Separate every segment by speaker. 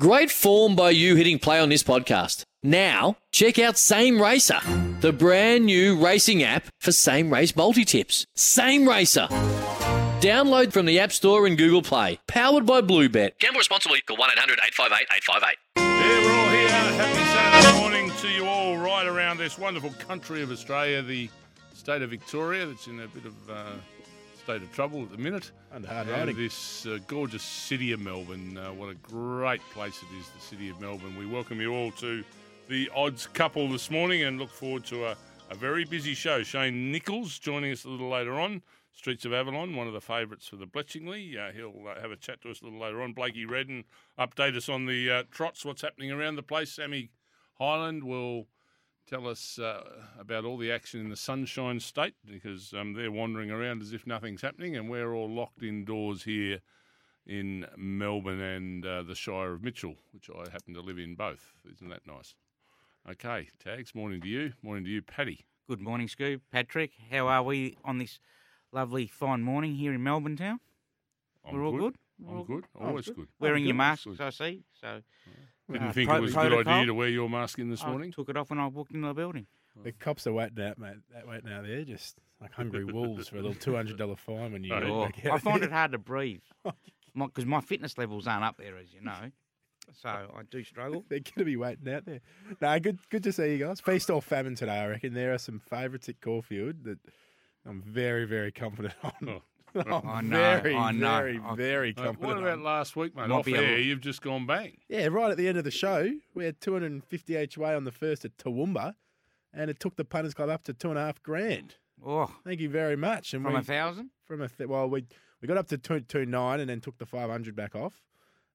Speaker 1: Great form by you hitting play on this podcast. Now, check out Same Racer, the brand new racing app for same race multi tips. Same Racer. Download from the App Store and Google Play. Powered by Bluebet. Gamble responsibly. Call 1 800 858 858.
Speaker 2: Yeah, we're all here. Happy Saturday morning to you all right around this wonderful country of Australia, the state of Victoria, that's in a bit of uh, state of trouble at the minute.
Speaker 3: Under hard
Speaker 2: and
Speaker 3: riding.
Speaker 2: this uh, gorgeous city of Melbourne. Uh, what a great place it is, the city of Melbourne. We welcome you all to the odds couple this morning and look forward to a, a very busy show. Shane Nichols joining us a little later on. Streets of Avalon, one of the favourites for the Bletchingley. Uh, he'll uh, have a chat to us a little later on. Blakey Redden, update us on the uh, trots, what's happening around the place. Sammy Highland will tell us uh, about all the action in the Sunshine State because um, they're wandering around as if nothing's happening, and we're all locked indoors here in Melbourne and uh, the Shire of Mitchell, which I happen to live in both. Isn't that nice? Okay, tags. Morning to you. Morning to you, Paddy.
Speaker 4: Good morning, Scoob. Patrick, how are we on this lovely fine morning here in Melbourne town?
Speaker 2: I'm
Speaker 4: We're all good? We're
Speaker 2: I'm
Speaker 4: all
Speaker 2: good. Always good.
Speaker 4: Wearing your masks,
Speaker 2: Good.
Speaker 4: I see. So
Speaker 2: Didn't
Speaker 4: Uh,
Speaker 2: think
Speaker 4: pro-
Speaker 2: it was a good idea
Speaker 4: protocol?
Speaker 2: to wear your mask in this
Speaker 4: I
Speaker 2: morning.
Speaker 4: took it off when I walked into the building.
Speaker 3: The cops are waiting out, mate. That waiting out there, just like hungry wolves for a little two hundred dollar fine when you
Speaker 2: Right.
Speaker 3: go
Speaker 2: Oh,
Speaker 3: back out.
Speaker 4: I find it hard to breathe because my fitness levels aren't up there, as you know. So I do struggle.
Speaker 3: They're going to be waiting out there. No, good, good to see you guys. Feast or famine today, I reckon. There are some favourites at Caulfield that I'm very, very confident on. I'm
Speaker 4: I know,
Speaker 3: very,
Speaker 4: I know.
Speaker 3: very,
Speaker 4: I-
Speaker 3: very
Speaker 2: Uh,
Speaker 3: confident.
Speaker 2: Oh. what about
Speaker 3: on.
Speaker 2: last week, mate?
Speaker 4: Might
Speaker 2: Off
Speaker 4: be a
Speaker 2: air,
Speaker 4: little-
Speaker 2: you've just gone bang.
Speaker 3: Yeah, right at the end of the show, we had 250 HA on the first at Toowoomba, and it took the punters club up to two and a half grand.
Speaker 4: Oh,
Speaker 3: Thank you very much. And
Speaker 4: from
Speaker 3: we,
Speaker 4: a thousand?
Speaker 3: from a th- well, we we got up to two two nine and then took the five hundred back off,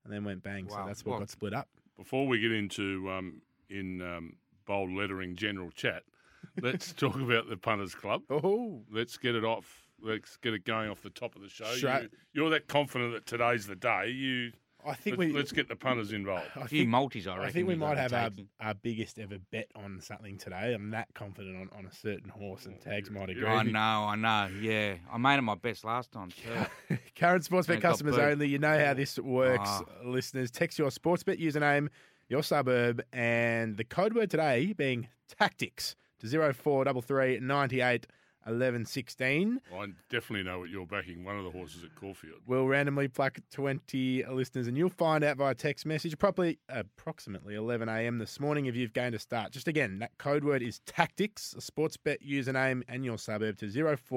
Speaker 3: and then went bang.
Speaker 4: Wow,
Speaker 3: So that's what
Speaker 4: well-
Speaker 3: got split up.
Speaker 2: Before we get into um, in um, bold lettering general chat, let's talk about the punters club.
Speaker 3: Oh,
Speaker 2: Let's get it off. Let's get it going off the top of the show.
Speaker 3: Sure.
Speaker 2: You, are that confident that today's the day. You
Speaker 3: I think
Speaker 2: let's,
Speaker 3: we.
Speaker 2: let's get the punters involved.
Speaker 3: I
Speaker 4: A few
Speaker 3: think,
Speaker 4: multis, I
Speaker 3: I
Speaker 4: reckon.
Speaker 3: think we
Speaker 4: you've got
Speaker 3: might
Speaker 4: to
Speaker 3: have our,
Speaker 4: take in.
Speaker 3: our biggest ever bet on something today. I'm that confident on, on a certain horse, and tags might agree.
Speaker 4: I know, I know. Yeah, I made it my best last time too.
Speaker 3: Current sports
Speaker 4: And
Speaker 3: bet
Speaker 4: it got
Speaker 3: customers
Speaker 4: booed.
Speaker 3: only. You know how this works,
Speaker 4: Ah.
Speaker 3: listeners. Text your sports bet username, your suburb, and the code word today being tactics to zero four double three ninety eight eleven sixteen.
Speaker 2: I definitely know what you're backing. One of the horses at Caulfield.
Speaker 3: We'll randomly pluck 20 listeners, and you'll find out via text message probably approximately 11 a.m. this morning if you've gained a start. Just again, that code word is tactics, a sports bet username, and your suburb to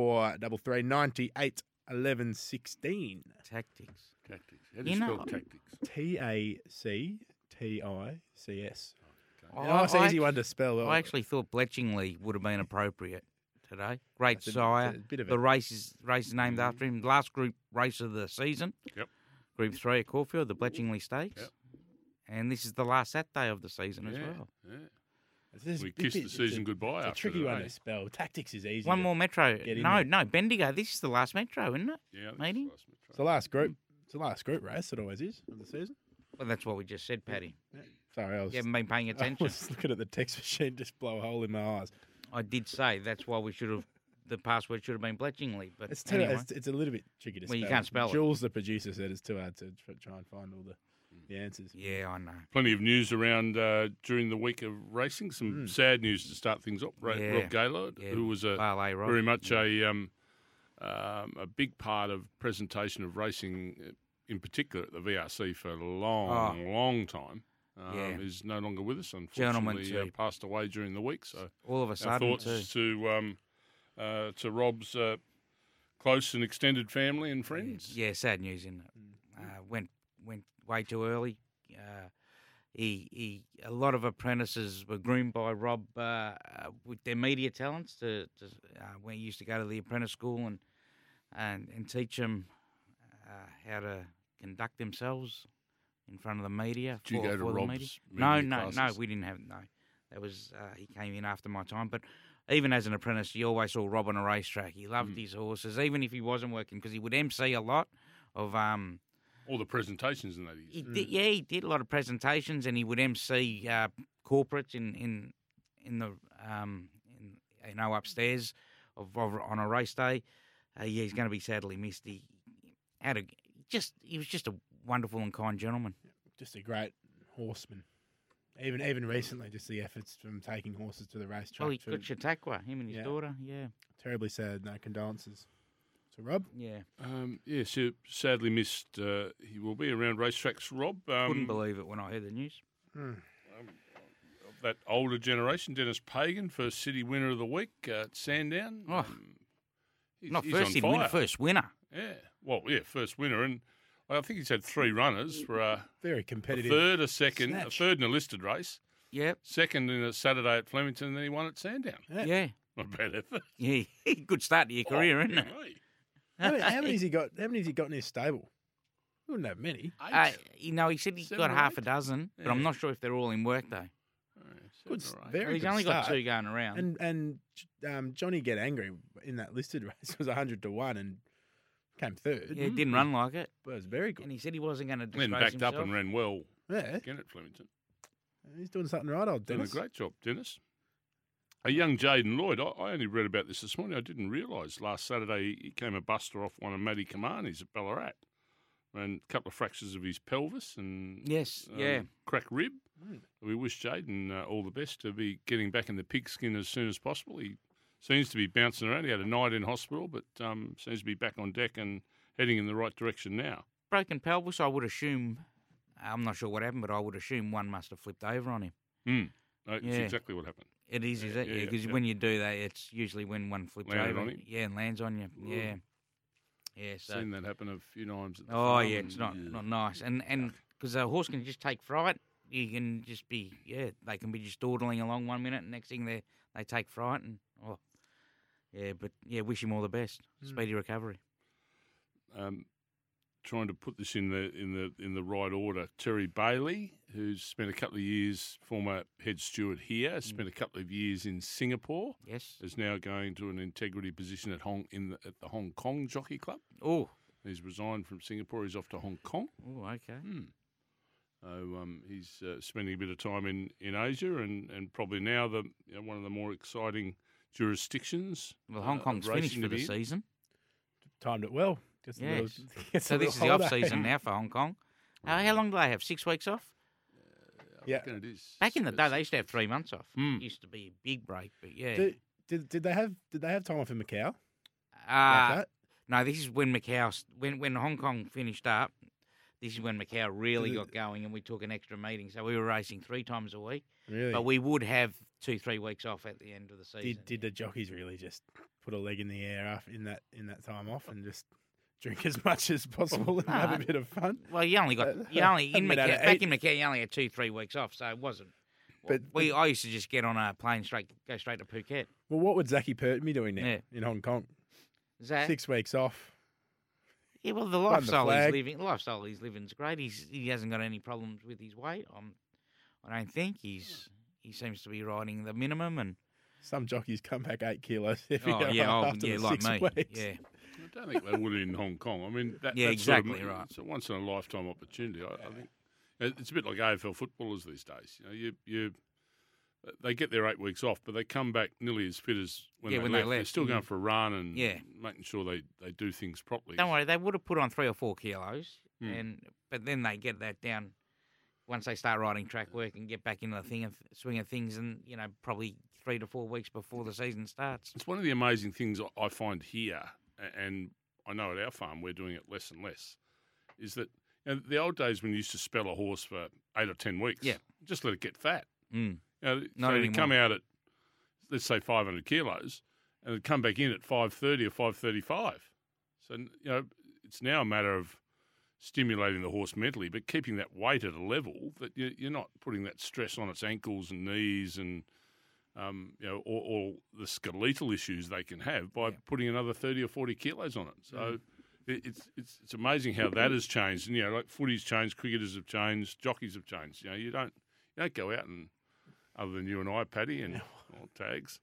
Speaker 3: 0433 98 11 16.
Speaker 4: Tactics.
Speaker 2: Tactics. How do you,
Speaker 4: You know-
Speaker 2: spell tactics?
Speaker 3: T A C T I C S.
Speaker 4: Oh,
Speaker 3: Oh, it's an
Speaker 4: I
Speaker 3: easy
Speaker 4: act-
Speaker 3: one to spell.
Speaker 4: I actually thought Bletchingley would have been appropriate today. Great
Speaker 3: That's a-
Speaker 4: sire.
Speaker 3: it's a bit of
Speaker 4: the
Speaker 3: a-
Speaker 4: race is race is named after him. Last group race of the season.
Speaker 2: Yep.
Speaker 4: Group three at Caulfield, the Bletchingley Stakes.
Speaker 2: Yep.
Speaker 4: And this is the last Saturday of the season as
Speaker 2: Yeah,
Speaker 4: well.
Speaker 2: yeah.
Speaker 3: It's just
Speaker 2: We
Speaker 3: a bit-
Speaker 2: kissed the
Speaker 3: it's
Speaker 2: season
Speaker 3: a,
Speaker 2: goodbye
Speaker 3: It's a
Speaker 2: after
Speaker 3: tricky one
Speaker 2: today.
Speaker 3: to spell. Tactics is easy.
Speaker 4: One
Speaker 3: to-
Speaker 4: more metro.
Speaker 3: get in
Speaker 4: No,
Speaker 3: there.
Speaker 4: no, Bendigo. This is the last metro, isn't it?
Speaker 2: Yeah, I think it's
Speaker 4: Matey?
Speaker 2: the last one.
Speaker 3: It's the last group. It's the last group race. It always is of the season.
Speaker 4: Well, that's what we just said, Paddy.
Speaker 3: Sorry, I was
Speaker 4: You haven't been paying
Speaker 3: I
Speaker 4: attention.
Speaker 3: was looking at the text machine, just blow a hole in my eyes.
Speaker 4: I did say that's why we should have. The password should have been Bletchingley, but
Speaker 3: It's, too,
Speaker 4: anyway,
Speaker 3: it's, it's a little bit tricky to
Speaker 4: Well,
Speaker 3: spell.
Speaker 4: you can't spell it.
Speaker 3: Jules, the producer, said it's too hard to tr- try and find all the, the answers.
Speaker 4: yeah, I know.
Speaker 2: Plenty of news around uh, during the week of racing. Some sad news to start things off. Ro-
Speaker 4: Hmm. Yeah.
Speaker 2: Rob Gaylord,
Speaker 4: Yeah,
Speaker 2: who was a
Speaker 4: Barley, right?
Speaker 2: very much a um, um, a big part of presentation of racing, uh, in particular at the VRC for a long, long time. Um,
Speaker 4: Ah. Yeah.
Speaker 2: is no longer with us.
Speaker 4: Gentleman
Speaker 2: Unfortunately, uh,
Speaker 4: too.
Speaker 2: passed away during the week. So
Speaker 4: All of a
Speaker 2: our
Speaker 4: sudden, too.
Speaker 2: thoughts to um, uh, to Rob's uh, close and extended family and friends.
Speaker 4: Yeah, sad news, isn't it? Uh, went went way too early. Uh, he he. A lot of apprentices were groomed by Rob uh, uh, with their media talents. To, to uh, we used to go to the apprentice school and and and teach them uh, how to conduct themselves in front of the media.
Speaker 2: Did you
Speaker 4: for-
Speaker 2: go to
Speaker 4: for the media.
Speaker 2: Rob's
Speaker 4: No,
Speaker 2: media
Speaker 4: no, no.
Speaker 2: classes?
Speaker 4: We didn't have no. That was uh, he came in after my time, but. Even as an apprentice, you always saw Rob on a racetrack. He loved
Speaker 2: Mm.
Speaker 4: his horses, even if he wasn't working, because he would MC a lot of um,
Speaker 2: All the presentations and that. he
Speaker 4: he did, yeah, he did a lot of presentations, and he would MC uh, corporates in in in the um, in, you know upstairs of, of on a race day. Uh, yeah, he's going to be sadly missed. He had a just he was just a wonderful and kind gentleman.
Speaker 3: Just a great horseman. Even even recently, just the efforts from taking horses to the racetrack.
Speaker 4: Well, he
Speaker 3: to-
Speaker 4: got Chautauqua, him and his
Speaker 3: Yeah.
Speaker 4: daughter. Yeah,
Speaker 3: terribly sad. No condolences. So Rob,
Speaker 4: yeah.
Speaker 2: Um, yeah, so sadly missed. Uh, he will be around racetracks, Rob. Um,
Speaker 4: Couldn't believe it when I heard the news.
Speaker 2: that older generation, Dennis Pagan, first city winner of the week uh, at Sandown.
Speaker 4: Oh.
Speaker 2: Um, he's,
Speaker 4: Not
Speaker 2: he's on
Speaker 4: first in winner,
Speaker 2: fire.
Speaker 4: first winner.
Speaker 2: Yeah. Well, yeah, first winner, and I think he's had three runners for uh,
Speaker 3: very
Speaker 2: a
Speaker 3: competitive.
Speaker 2: third, a second,
Speaker 4: Snatch.
Speaker 2: a third in a listed race,
Speaker 4: Yep.
Speaker 2: second in a Saturday at Flemington, and then he won at Sandown.
Speaker 3: Yeah.
Speaker 4: Yeah.
Speaker 2: Not a bad effort.
Speaker 4: Yeah. Good start to your career, isn't it?
Speaker 2: Oh, gee,
Speaker 3: How many, how many's he got? How many's he got in his stable? He wouldn't have many.
Speaker 2: Eight.
Speaker 4: Uh, you know, he said he's
Speaker 2: Seven
Speaker 4: got
Speaker 2: or
Speaker 4: half
Speaker 2: eight?
Speaker 4: a dozen, but I'm
Speaker 2: Yeah.
Speaker 4: not sure if they're all in work though.
Speaker 2: Oh, it's
Speaker 3: Good,
Speaker 2: all right.
Speaker 3: very
Speaker 4: Well, he's
Speaker 3: good
Speaker 4: only
Speaker 3: start.
Speaker 4: got two going around.
Speaker 3: And and um, Johnny Get Angry in that listed race was hundred to one and came third.
Speaker 4: yeah, didn't run like it.
Speaker 3: but it was very good.
Speaker 4: And he said he wasn't going to disgrace
Speaker 2: Then backed
Speaker 4: himself.
Speaker 2: up and ran well
Speaker 3: Yeah,
Speaker 2: again at Flemington.
Speaker 3: he's doing something right, old
Speaker 2: Done a
Speaker 3: Dennis.
Speaker 2: great job, Dennis. A young Jaden Lloyd. I, I only read about this this morning. I didn't realise last Saturday he came a buster off one of Matty Kamani's at Ballarat, and a couple of fractures of his pelvis and
Speaker 4: Yes,
Speaker 2: um,
Speaker 4: yeah.
Speaker 2: crack rib.
Speaker 3: Mm.
Speaker 2: We wish Jaden uh, all the best to be getting back in the pigskin as soon as possible. He seems to be bouncing around. He had a night in hospital, but um, seems to be back on deck and heading in the right direction now.
Speaker 4: Broken pelvis, I would assume. uh, I'm not sure what happened, but I would assume one must have flipped over on him.
Speaker 2: Mm. That's
Speaker 4: Yeah.
Speaker 2: exactly what happened.
Speaker 4: It is, is
Speaker 2: Yeah,
Speaker 4: it?
Speaker 2: yeah,
Speaker 4: Yeah,
Speaker 2: yeah,
Speaker 4: because
Speaker 2: yeah.
Speaker 4: when you do that, it's usually when one flips
Speaker 2: Landed
Speaker 4: over.
Speaker 2: on him.
Speaker 4: Yeah, and lands on you.
Speaker 2: Ooh.
Speaker 4: Yeah. Yeah, so.
Speaker 2: Seen that happen a few times. At the
Speaker 4: Oh
Speaker 2: farm
Speaker 4: yeah, it's
Speaker 2: and-
Speaker 4: not
Speaker 2: yeah.
Speaker 4: not nice, and and because a horse can just take fright, you can just be yeah, they can be just dawdling along one minute, and next thing they they take fright, and oh, yeah, but yeah, wish him all the best,
Speaker 2: Hmm.
Speaker 4: speedy recovery.
Speaker 2: um, trying to put this in the in the in the right order. Terry Bailey, who's spent a couple of years former head steward
Speaker 4: Mm.
Speaker 2: here, spent a couple of years in Singapore,
Speaker 4: Yes.
Speaker 2: is now going to an integrity position at Hong in the, at the Hong Kong Jockey Club.
Speaker 4: Oh,
Speaker 2: He's resigned from Singapore. He's off to Hong Kong.
Speaker 4: oh, okay.
Speaker 2: Hmm. So um, he's uh, spending a bit of time in, in Asia and, and probably now the you know, one of the more exciting jurisdictions.
Speaker 4: Well,
Speaker 2: uh,
Speaker 4: Hong
Speaker 2: of
Speaker 4: Kong's finished
Speaker 2: racing to
Speaker 4: for the
Speaker 2: be in.
Speaker 4: season,
Speaker 3: Timed it well. Gets a little-
Speaker 4: Yes.
Speaker 3: gets a
Speaker 4: so
Speaker 3: little
Speaker 4: this is the off
Speaker 3: holiday.
Speaker 4: season now for Hong Kong. Uh, how long do they have? Six weeks off?
Speaker 2: I
Speaker 3: Yeah.
Speaker 2: reckon it is.
Speaker 4: Back in the day,
Speaker 2: It's-
Speaker 4: they used to have three months off.
Speaker 2: Mm.
Speaker 4: Used to be a big break, but yeah.
Speaker 3: Did, did, did they have did they have time off in Macau? Like
Speaker 4: uh,
Speaker 3: that?
Speaker 4: No, this is when Macau, when when Hong Kong finished up. This is when Macau really
Speaker 3: Did it-
Speaker 4: got going, and we took an extra meeting. So we were racing three times a week,
Speaker 3: Really?
Speaker 4: but we would have two, three weeks off at the end of the season.
Speaker 3: did did the jockeys really just put a leg in the air af- in that in that time off and just drink as much as possible and have
Speaker 4: Nah.
Speaker 3: a bit of fun?
Speaker 4: Well, you only
Speaker 3: Uh,
Speaker 4: got you only in
Speaker 3: haven't been out
Speaker 4: Macau,
Speaker 3: of
Speaker 4: back
Speaker 3: eight.
Speaker 4: in Macau. You only had two, three weeks off, so it wasn't.
Speaker 3: But
Speaker 4: We I used to just get on a plane straight, go straight to Phuket.
Speaker 3: well, what would Zachy Pert be doing now
Speaker 4: Yeah. Eh?
Speaker 3: in Hong Kong?
Speaker 4: Is that
Speaker 3: Six weeks off.
Speaker 4: Yeah, well, the
Speaker 3: the
Speaker 4: lifestyle he's
Speaker 3: flag.
Speaker 4: living, the lifestyle he's living's great. He's he hasn't got any problems with his weight. I'm, I don't think he's he seems to be riding the minimum and
Speaker 3: Some jockeys come back eight kilos every
Speaker 4: oh
Speaker 3: hour
Speaker 4: yeah, oh,
Speaker 3: after
Speaker 4: yeah,
Speaker 3: the
Speaker 4: like
Speaker 3: six
Speaker 4: me,
Speaker 3: weeks.
Speaker 4: yeah.
Speaker 2: I don't think they would in Hong Kong. I mean, that,
Speaker 4: Yeah,
Speaker 2: that's sort of-
Speaker 4: exactly right.
Speaker 2: It's a once in a lifetime opportunity. I, I think It- it's a bit like AFL footballers these days. You know, you you they get their eight weeks off, but they come back nearly as fit as when,
Speaker 4: Yeah,
Speaker 2: they,
Speaker 4: when they
Speaker 2: left. They're
Speaker 4: left,
Speaker 2: still going
Speaker 4: mhm.
Speaker 2: for a run and
Speaker 4: Yeah.
Speaker 2: making sure they, they do things properly.
Speaker 4: Don't worry, they would have put on three or four kilos,
Speaker 2: Hmm.
Speaker 4: and but then they get that down once they start riding track work and get back into the thing of swing of things, and you know probably three to four weeks before the season starts.
Speaker 2: It's one of the amazing things I- I find here, a- and I know at our farm we're doing it less and less, is that you know, the old days when you used to spell a horse for eight or ten weeks,
Speaker 4: Yeah.
Speaker 2: just let it get fat.
Speaker 4: Mm.
Speaker 2: You know,
Speaker 4: Not
Speaker 2: so
Speaker 4: anymore.
Speaker 2: you come out at let's say 500 kilos and then come back in at 530 or 535. So you know it's now a matter of stimulating the horse mentally, but keeping that weight at a level that you- you're not putting that stress on its ankles and knees and um, you know all, all the skeletal issues they can have by
Speaker 4: Yeah.
Speaker 2: putting another 30 or 40 kilos on it. So.
Speaker 3: Mm.
Speaker 2: it- It's, it's it's amazing how that has changed, and you know, like footy's changed, cricketers have changed, jockeys have changed. You know, you don't you don't go out and other than you and I, Paddy, and all tags.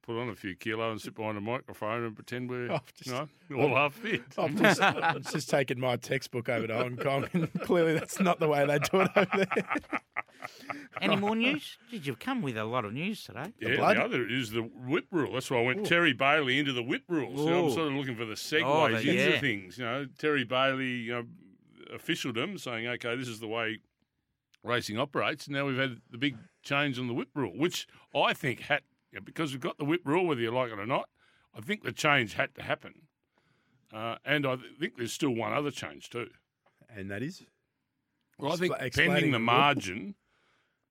Speaker 2: Put on a few kilo and sit behind a microphone and pretend we're
Speaker 3: Oh, just-
Speaker 2: you know, all half fit.
Speaker 3: I've just, I've just taken my textbook over to Hong Kong, and clearly that's not the way they do it over there.
Speaker 4: Any more news? Did you come with a lot of news today?
Speaker 2: Yeah,
Speaker 3: blood?
Speaker 2: the other is the whip rule. That's why I went Terry Bailey into the whip rule. So I'm
Speaker 4: Ooh.
Speaker 2: sort of looking for the segues
Speaker 4: Oh, the-
Speaker 2: into
Speaker 4: yeah.
Speaker 2: things. You know, Terry Bailey you know, officialdom saying, okay, this is the way racing operates. Now we've had the big change on the whip rule, which I think had yeah, because we've got the whip rule, whether you like it or not. I think the change had to happen, uh, and I th- think there's still one other change too.
Speaker 3: And that is?
Speaker 2: Well, I think
Speaker 3: Expla- explaining
Speaker 2: pending
Speaker 3: the
Speaker 2: the
Speaker 3: rule.
Speaker 2: margin,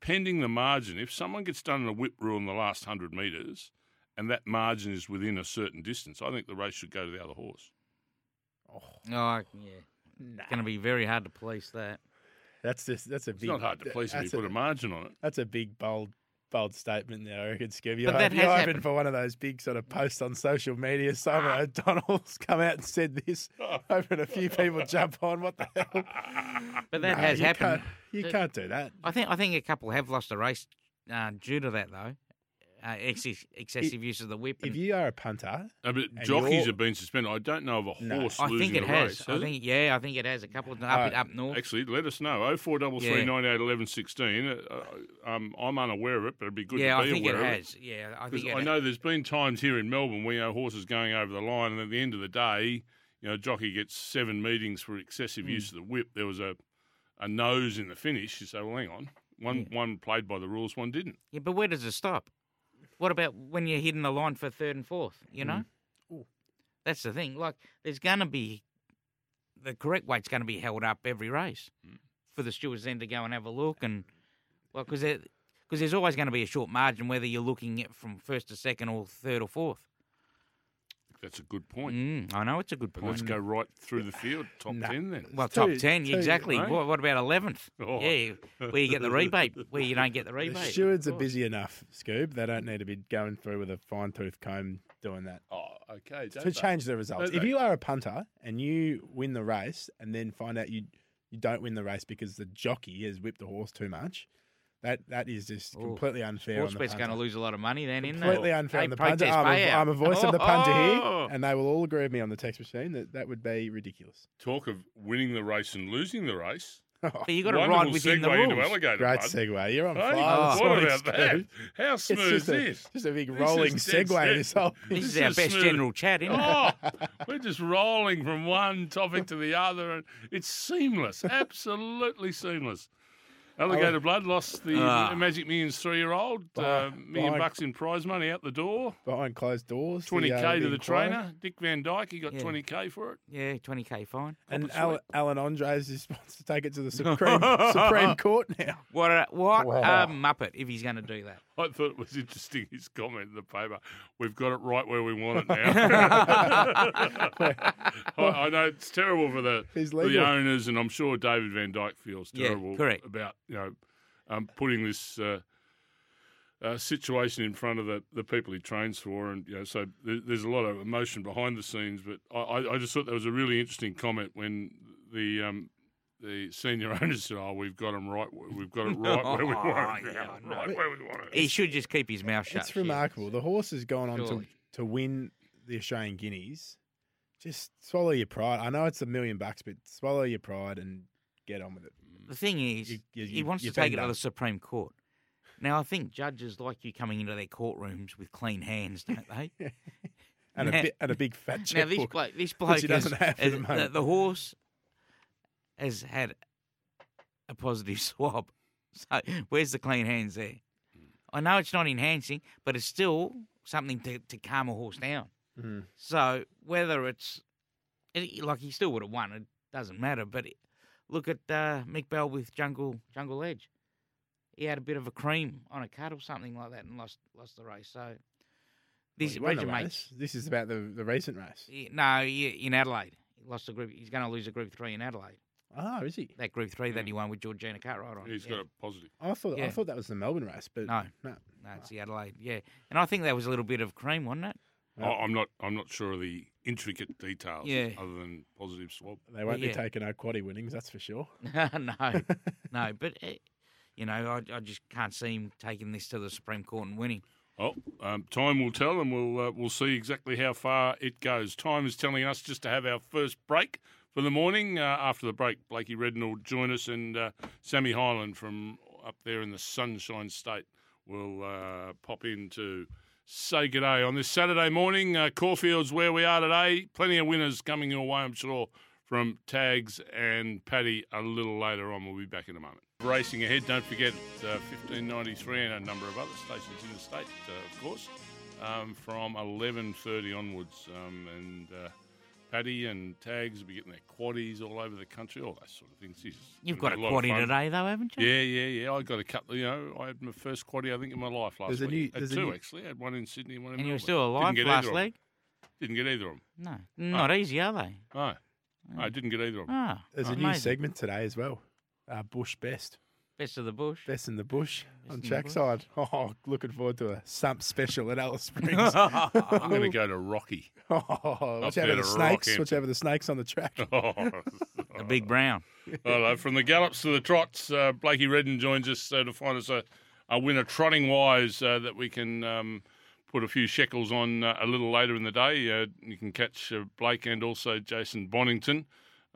Speaker 2: pending the margin, if someone gets done in a whip rule in the last 100 metres and that margin is within a certain distance, I think the race should go to the other horse.
Speaker 4: Oh, yeah.
Speaker 3: Nah.
Speaker 4: It's going to be very hard to police that.
Speaker 3: That's just, that's a
Speaker 2: It's
Speaker 3: big.
Speaker 2: not hard to police if you
Speaker 3: that's
Speaker 2: put
Speaker 3: a-
Speaker 2: a margin on it.
Speaker 3: That's a big bold bold statement there, I reckon, Scooby.
Speaker 4: But
Speaker 3: I
Speaker 4: that
Speaker 3: hope you're
Speaker 4: has
Speaker 3: hoping
Speaker 4: happened. Ah.
Speaker 3: for one of those big sort of posts on social media. Simon O'Donnell's come out and said this.
Speaker 2: Oh.
Speaker 3: Hoping a few people jump on. What the hell?
Speaker 4: But that
Speaker 3: No,
Speaker 4: has
Speaker 3: you
Speaker 4: happened.
Speaker 3: Can't, you
Speaker 4: That-
Speaker 3: can't do that.
Speaker 4: I think I think a couple have lost a race uh, due to that though. Uh, excess, excessive use of the whip.
Speaker 3: If
Speaker 4: and-
Speaker 3: you are a punter,
Speaker 2: No, but
Speaker 3: And
Speaker 2: jockeys
Speaker 3: you're-
Speaker 2: have been suspended. I don't know of a
Speaker 3: No.
Speaker 2: horse
Speaker 4: I
Speaker 2: losing
Speaker 4: think it
Speaker 2: a
Speaker 4: has.
Speaker 2: race.
Speaker 4: I
Speaker 2: has it?
Speaker 4: think yeah, I think it has a couple of up
Speaker 3: No.
Speaker 4: up north.
Speaker 2: Actually, let us know. Oh four double three
Speaker 4: Yeah.
Speaker 2: nine eight eleven sixteen. Uh, um, I'm unaware of it, but it'd be good
Speaker 4: yeah,
Speaker 2: to be
Speaker 4: I think it
Speaker 2: aware of
Speaker 4: has. Yeah, I
Speaker 2: Because
Speaker 4: think it
Speaker 2: I know there's been times here in Melbourne where you know, horses going over the line, and at the end of the day, you know, jockey gets seven meetings for excessive
Speaker 3: Mm.
Speaker 2: use of the whip. There was a, a nose in the finish. You say, well, hang on, one one played by the rules, one didn't.
Speaker 4: Yeah, but where does it stop? What about when you're hitting the line for third and fourth? You know,
Speaker 2: Mm-hmm.
Speaker 3: Ooh.
Speaker 4: that's the thing. Like, there's going to be the correct weight's going to be held up every race
Speaker 2: Mm.
Speaker 4: for the stewards then to go and have a look and well, because because there's always going to be a short margin whether you're looking at from first to second or third or fourth.
Speaker 2: That's a good point.
Speaker 4: Mm, I know it's a good
Speaker 2: But let's
Speaker 4: point.
Speaker 2: go right through the field, top
Speaker 3: Nah.
Speaker 2: ten then.
Speaker 4: Well,
Speaker 3: Two-
Speaker 4: top ten,
Speaker 3: two,
Speaker 4: exactly.
Speaker 2: right?
Speaker 4: What, what about eleventh?
Speaker 2: Oh.
Speaker 4: Yeah, where you get the rebate, where you don't get the
Speaker 3: the
Speaker 4: rebate. Oh. of
Speaker 3: stewards are
Speaker 4: course.
Speaker 3: busy enough, Scoob. They don't need to be going through with a fine tooth comb doing that.
Speaker 2: Oh, okay. don't
Speaker 3: to
Speaker 2: they?
Speaker 3: change the results.
Speaker 2: Don't
Speaker 3: If
Speaker 2: they?
Speaker 3: you are a punter and you win the race and then find out you you don't win the race because the jockey has whipped the horse too much, that that is just
Speaker 4: Ooh.
Speaker 3: completely unfair. on the
Speaker 4: Sportsbet's going to
Speaker 3: punter.
Speaker 4: lose a lot of money then, isn't
Speaker 3: Completely
Speaker 4: they?
Speaker 3: unfair
Speaker 4: They
Speaker 3: on the punter.
Speaker 4: protest
Speaker 3: I'm a,
Speaker 4: payout.
Speaker 3: I'm a voice of the punter
Speaker 4: Oh.
Speaker 3: here, and they will all agree with me on the text machine that that would be ridiculous. Oh,
Speaker 2: Talk of winning the race and losing the race.
Speaker 4: But you got to
Speaker 2: Wonderful
Speaker 4: ride within the
Speaker 2: segue into
Speaker 4: rules.
Speaker 2: alligator
Speaker 3: Great
Speaker 2: bud.
Speaker 3: segue. You're on
Speaker 2: Hey,
Speaker 3: fire. this
Speaker 2: what
Speaker 3: morning,
Speaker 2: about that?
Speaker 3: Scoob.
Speaker 2: How
Speaker 3: It's
Speaker 2: smooth is
Speaker 3: just a,
Speaker 2: this?
Speaker 3: just a big
Speaker 2: This
Speaker 3: rolling
Speaker 2: is dead
Speaker 3: segue.
Speaker 2: set.
Speaker 3: This whole
Speaker 4: This
Speaker 2: This
Speaker 4: is our
Speaker 2: is
Speaker 4: best
Speaker 2: smooth.
Speaker 4: general chat, isn't it?
Speaker 2: Oh, we're just rolling from one topic to the other, and it's seamless, absolutely seamless. Alligator Blood lost the
Speaker 4: Oh. Ah.
Speaker 2: Magic Millions three-year-old, uh,
Speaker 3: Bye.
Speaker 2: million
Speaker 3: Bye.
Speaker 2: bucks in prize money out the door,
Speaker 3: behind closed doors. the, uh,
Speaker 2: twenty k to the
Speaker 3: inquiry.
Speaker 2: trainer, Dick Van Dyke. He got
Speaker 4: Yeah.
Speaker 2: twenty k for it.
Speaker 4: Yeah, 20k fine.
Speaker 3: And uh,
Speaker 2: Corporate
Speaker 3: Alan, Alan Andres is wants to take it to the Supreme Supreme Court now.
Speaker 4: What a, what
Speaker 3: Wow.
Speaker 4: a muppet if he's going to do that.
Speaker 2: I thought it was interesting his comment in the paper. We've got it right where we want it now. I, I know it's terrible for the
Speaker 3: He's
Speaker 2: for the
Speaker 3: legal.
Speaker 2: owners, and I'm sure David Van Dyke feels
Speaker 4: Yeah,
Speaker 2: terrible
Speaker 4: correct.
Speaker 2: about you know um, putting this uh, uh, situation in front of the, the people he trains for, and you know, so th- there's a lot of emotion behind the scenes. But I, I- I just thought that was a really interesting comment when the um, the senior owners said, "Oh, we've got 'em right. We've got it right where we want it. Now,
Speaker 4: Oh, Yeah, no.
Speaker 2: right where we want it."
Speaker 4: He should just keep his mouth shut.
Speaker 3: It's
Speaker 4: yeah.
Speaker 3: remarkable. The horse has gone on to,
Speaker 4: Surely.
Speaker 3: to win the Australian Guineas. Just swallow your pride. I know it's a million bucks, but swallow your pride and get on with it.
Speaker 4: The thing is,
Speaker 3: You- you-
Speaker 4: he
Speaker 3: you-
Speaker 4: wants
Speaker 3: you
Speaker 4: to take it
Speaker 3: bend
Speaker 4: to
Speaker 3: up.
Speaker 4: the Supreme Court. Now, I think judges like you coming into their courtrooms with clean hands, don't they?
Speaker 3: And a
Speaker 4: Now-
Speaker 3: bit and a big fat
Speaker 4: now, this
Speaker 3: checkbook.
Speaker 4: bloke, this
Speaker 3: which
Speaker 4: bloke
Speaker 3: he
Speaker 4: has-
Speaker 3: doesn't have at
Speaker 4: has-
Speaker 3: the
Speaker 4: the,
Speaker 3: moment.
Speaker 4: the horse has had a positive swab. So, where's the clean hands there?
Speaker 3: Mm.
Speaker 4: I know it's not enhancing, but it's still something to, to calm a horse down.
Speaker 3: Mhm.
Speaker 4: So, whether it's it- like he still would have won, it doesn't matter. But it- look at uh, Mick Bell with Jungle Jungle Edge. He had a bit of a cream on a cut or something like that and lost lost the race. So,
Speaker 3: Well,
Speaker 4: these
Speaker 3: he won the
Speaker 4: regimates.
Speaker 3: race. This is about the, the recent race.
Speaker 4: Yeah, No, yeah, in Adelaide. He lost a group. He's going to lose a group three in Adelaide.
Speaker 3: Oh, is he?
Speaker 4: That group three that
Speaker 3: Hmm.
Speaker 4: he won with Georgina Cartwright on.
Speaker 2: He's
Speaker 4: yeah.
Speaker 2: got a positive.
Speaker 3: I thought I
Speaker 4: Yeah.
Speaker 3: thought that was the Melbourne race, but
Speaker 4: No.
Speaker 3: no.
Speaker 4: No, it's the Adelaide. Yeah, and I think that was a little bit of cream, wasn't it?
Speaker 3: Yeah.
Speaker 2: I- I'm not. I'm not sure of the intricate details.
Speaker 4: Yeah.
Speaker 2: Other than positive swab.
Speaker 3: They won't
Speaker 4: Yeah.
Speaker 3: be taking our quaddy winnings, that's for sure.
Speaker 4: no, no. But eh, you know, I, I just can't see him taking this to the Supreme Court and winning.
Speaker 2: Oh, um, time will tell, and we'll uh, we'll see exactly how far it goes. Time is telling us just to have our first break for the morning. Uh, after the break, Blakey Redden will join us, and uh, Sammy Highland from up there in the Sunshine State will uh, pop in to say good day on this Saturday morning. Uh, Caulfield's where we are today. Plenty of winners coming your way, I'm sure, from Tags and Paddy a little later on. We'll be back in a moment. racing ahead. Don't forget uh, 1593 and a number of other stations in the state, uh, of course, um, from 11.30 onwards. Um, and uh, Paddy and Tags will be getting their quaddies all over the country, all those sort of things. It's
Speaker 4: You've
Speaker 2: gonna
Speaker 4: got a
Speaker 2: be lot of
Speaker 4: quaddy
Speaker 2: fun.
Speaker 4: today, though, haven't you?
Speaker 2: Yeah, yeah, yeah. I got a couple. You know, I had my first quaddy, I think, in my life last
Speaker 3: There's a new-
Speaker 2: week. Had
Speaker 3: there's a
Speaker 2: two
Speaker 3: new-
Speaker 2: actually. I had one in Sydney, one in.
Speaker 4: And you were
Speaker 2: Melbourne.
Speaker 4: still
Speaker 2: Didn't
Speaker 4: alive
Speaker 2: get either
Speaker 4: last
Speaker 2: of 'em.
Speaker 4: leg?
Speaker 2: Didn't get either of them.
Speaker 4: No. Not easy, are they?
Speaker 2: No,
Speaker 4: Oh.
Speaker 2: no, I didn't get either of them.
Speaker 4: Ah.
Speaker 3: There's a new
Speaker 4: amazing.
Speaker 3: segment today as well. Uh, bush best,
Speaker 4: Best of the bush.
Speaker 3: best in the bush
Speaker 4: Best
Speaker 3: on
Speaker 4: in the bush.
Speaker 3: trackside. Oh, looking forward to a sump special at Alice Springs.
Speaker 2: I'm
Speaker 4: That's
Speaker 2: going to go to Rocky.
Speaker 3: Oh, watch
Speaker 2: there
Speaker 3: out
Speaker 2: to
Speaker 3: for the snakes. Watch
Speaker 2: Rockhampton.
Speaker 3: out for the snakes on the track.
Speaker 2: Oh.
Speaker 4: a big brown.
Speaker 2: Hello, uh, from the gallops to the trots, uh, Blakey Redden joins us uh, to find us a, a winner trotting wise uh, that we can um, put a few shekels on uh, a little later in the day. Uh, you can catch uh, Blake and also Jason Bonington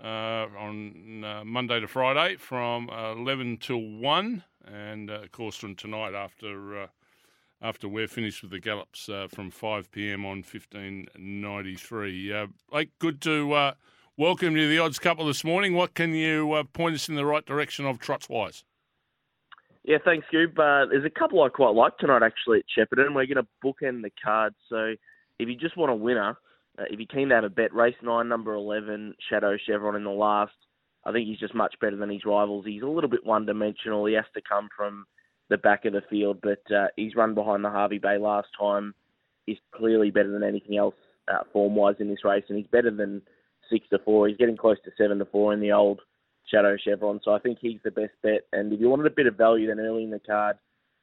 Speaker 2: uh, on uh, Monday to Friday from uh, 11 till 1, and uh, of course from tonight after. Uh, after we're finished with the gallops uh, from 5 p.m. on 1593. Uh, Blake, good to uh, welcome you to the odds couple this morning. What can you uh, point us in the right direction of trots wise?
Speaker 5: Yeah, thanks, Goop. Uh, there's a couple I quite like tonight, actually, at Shepparton. We're going to bookend the card. So if you just want a winner, uh, if you're keen to have a bet, race 9, number 11, Shadow Chevron in the last. I think he's just much better than his rivals. He's a little bit one dimensional. He has to come from the back of the field, but uh, he's run behind the Harvey Bay last time. He's clearly better than anything else uh, form wise in this race, and he's better than 6 to 4. He's getting close to 7 to 4 in the old Shadow Chevron. So I think he's the best bet. And if you wanted a bit of value, then early in the card,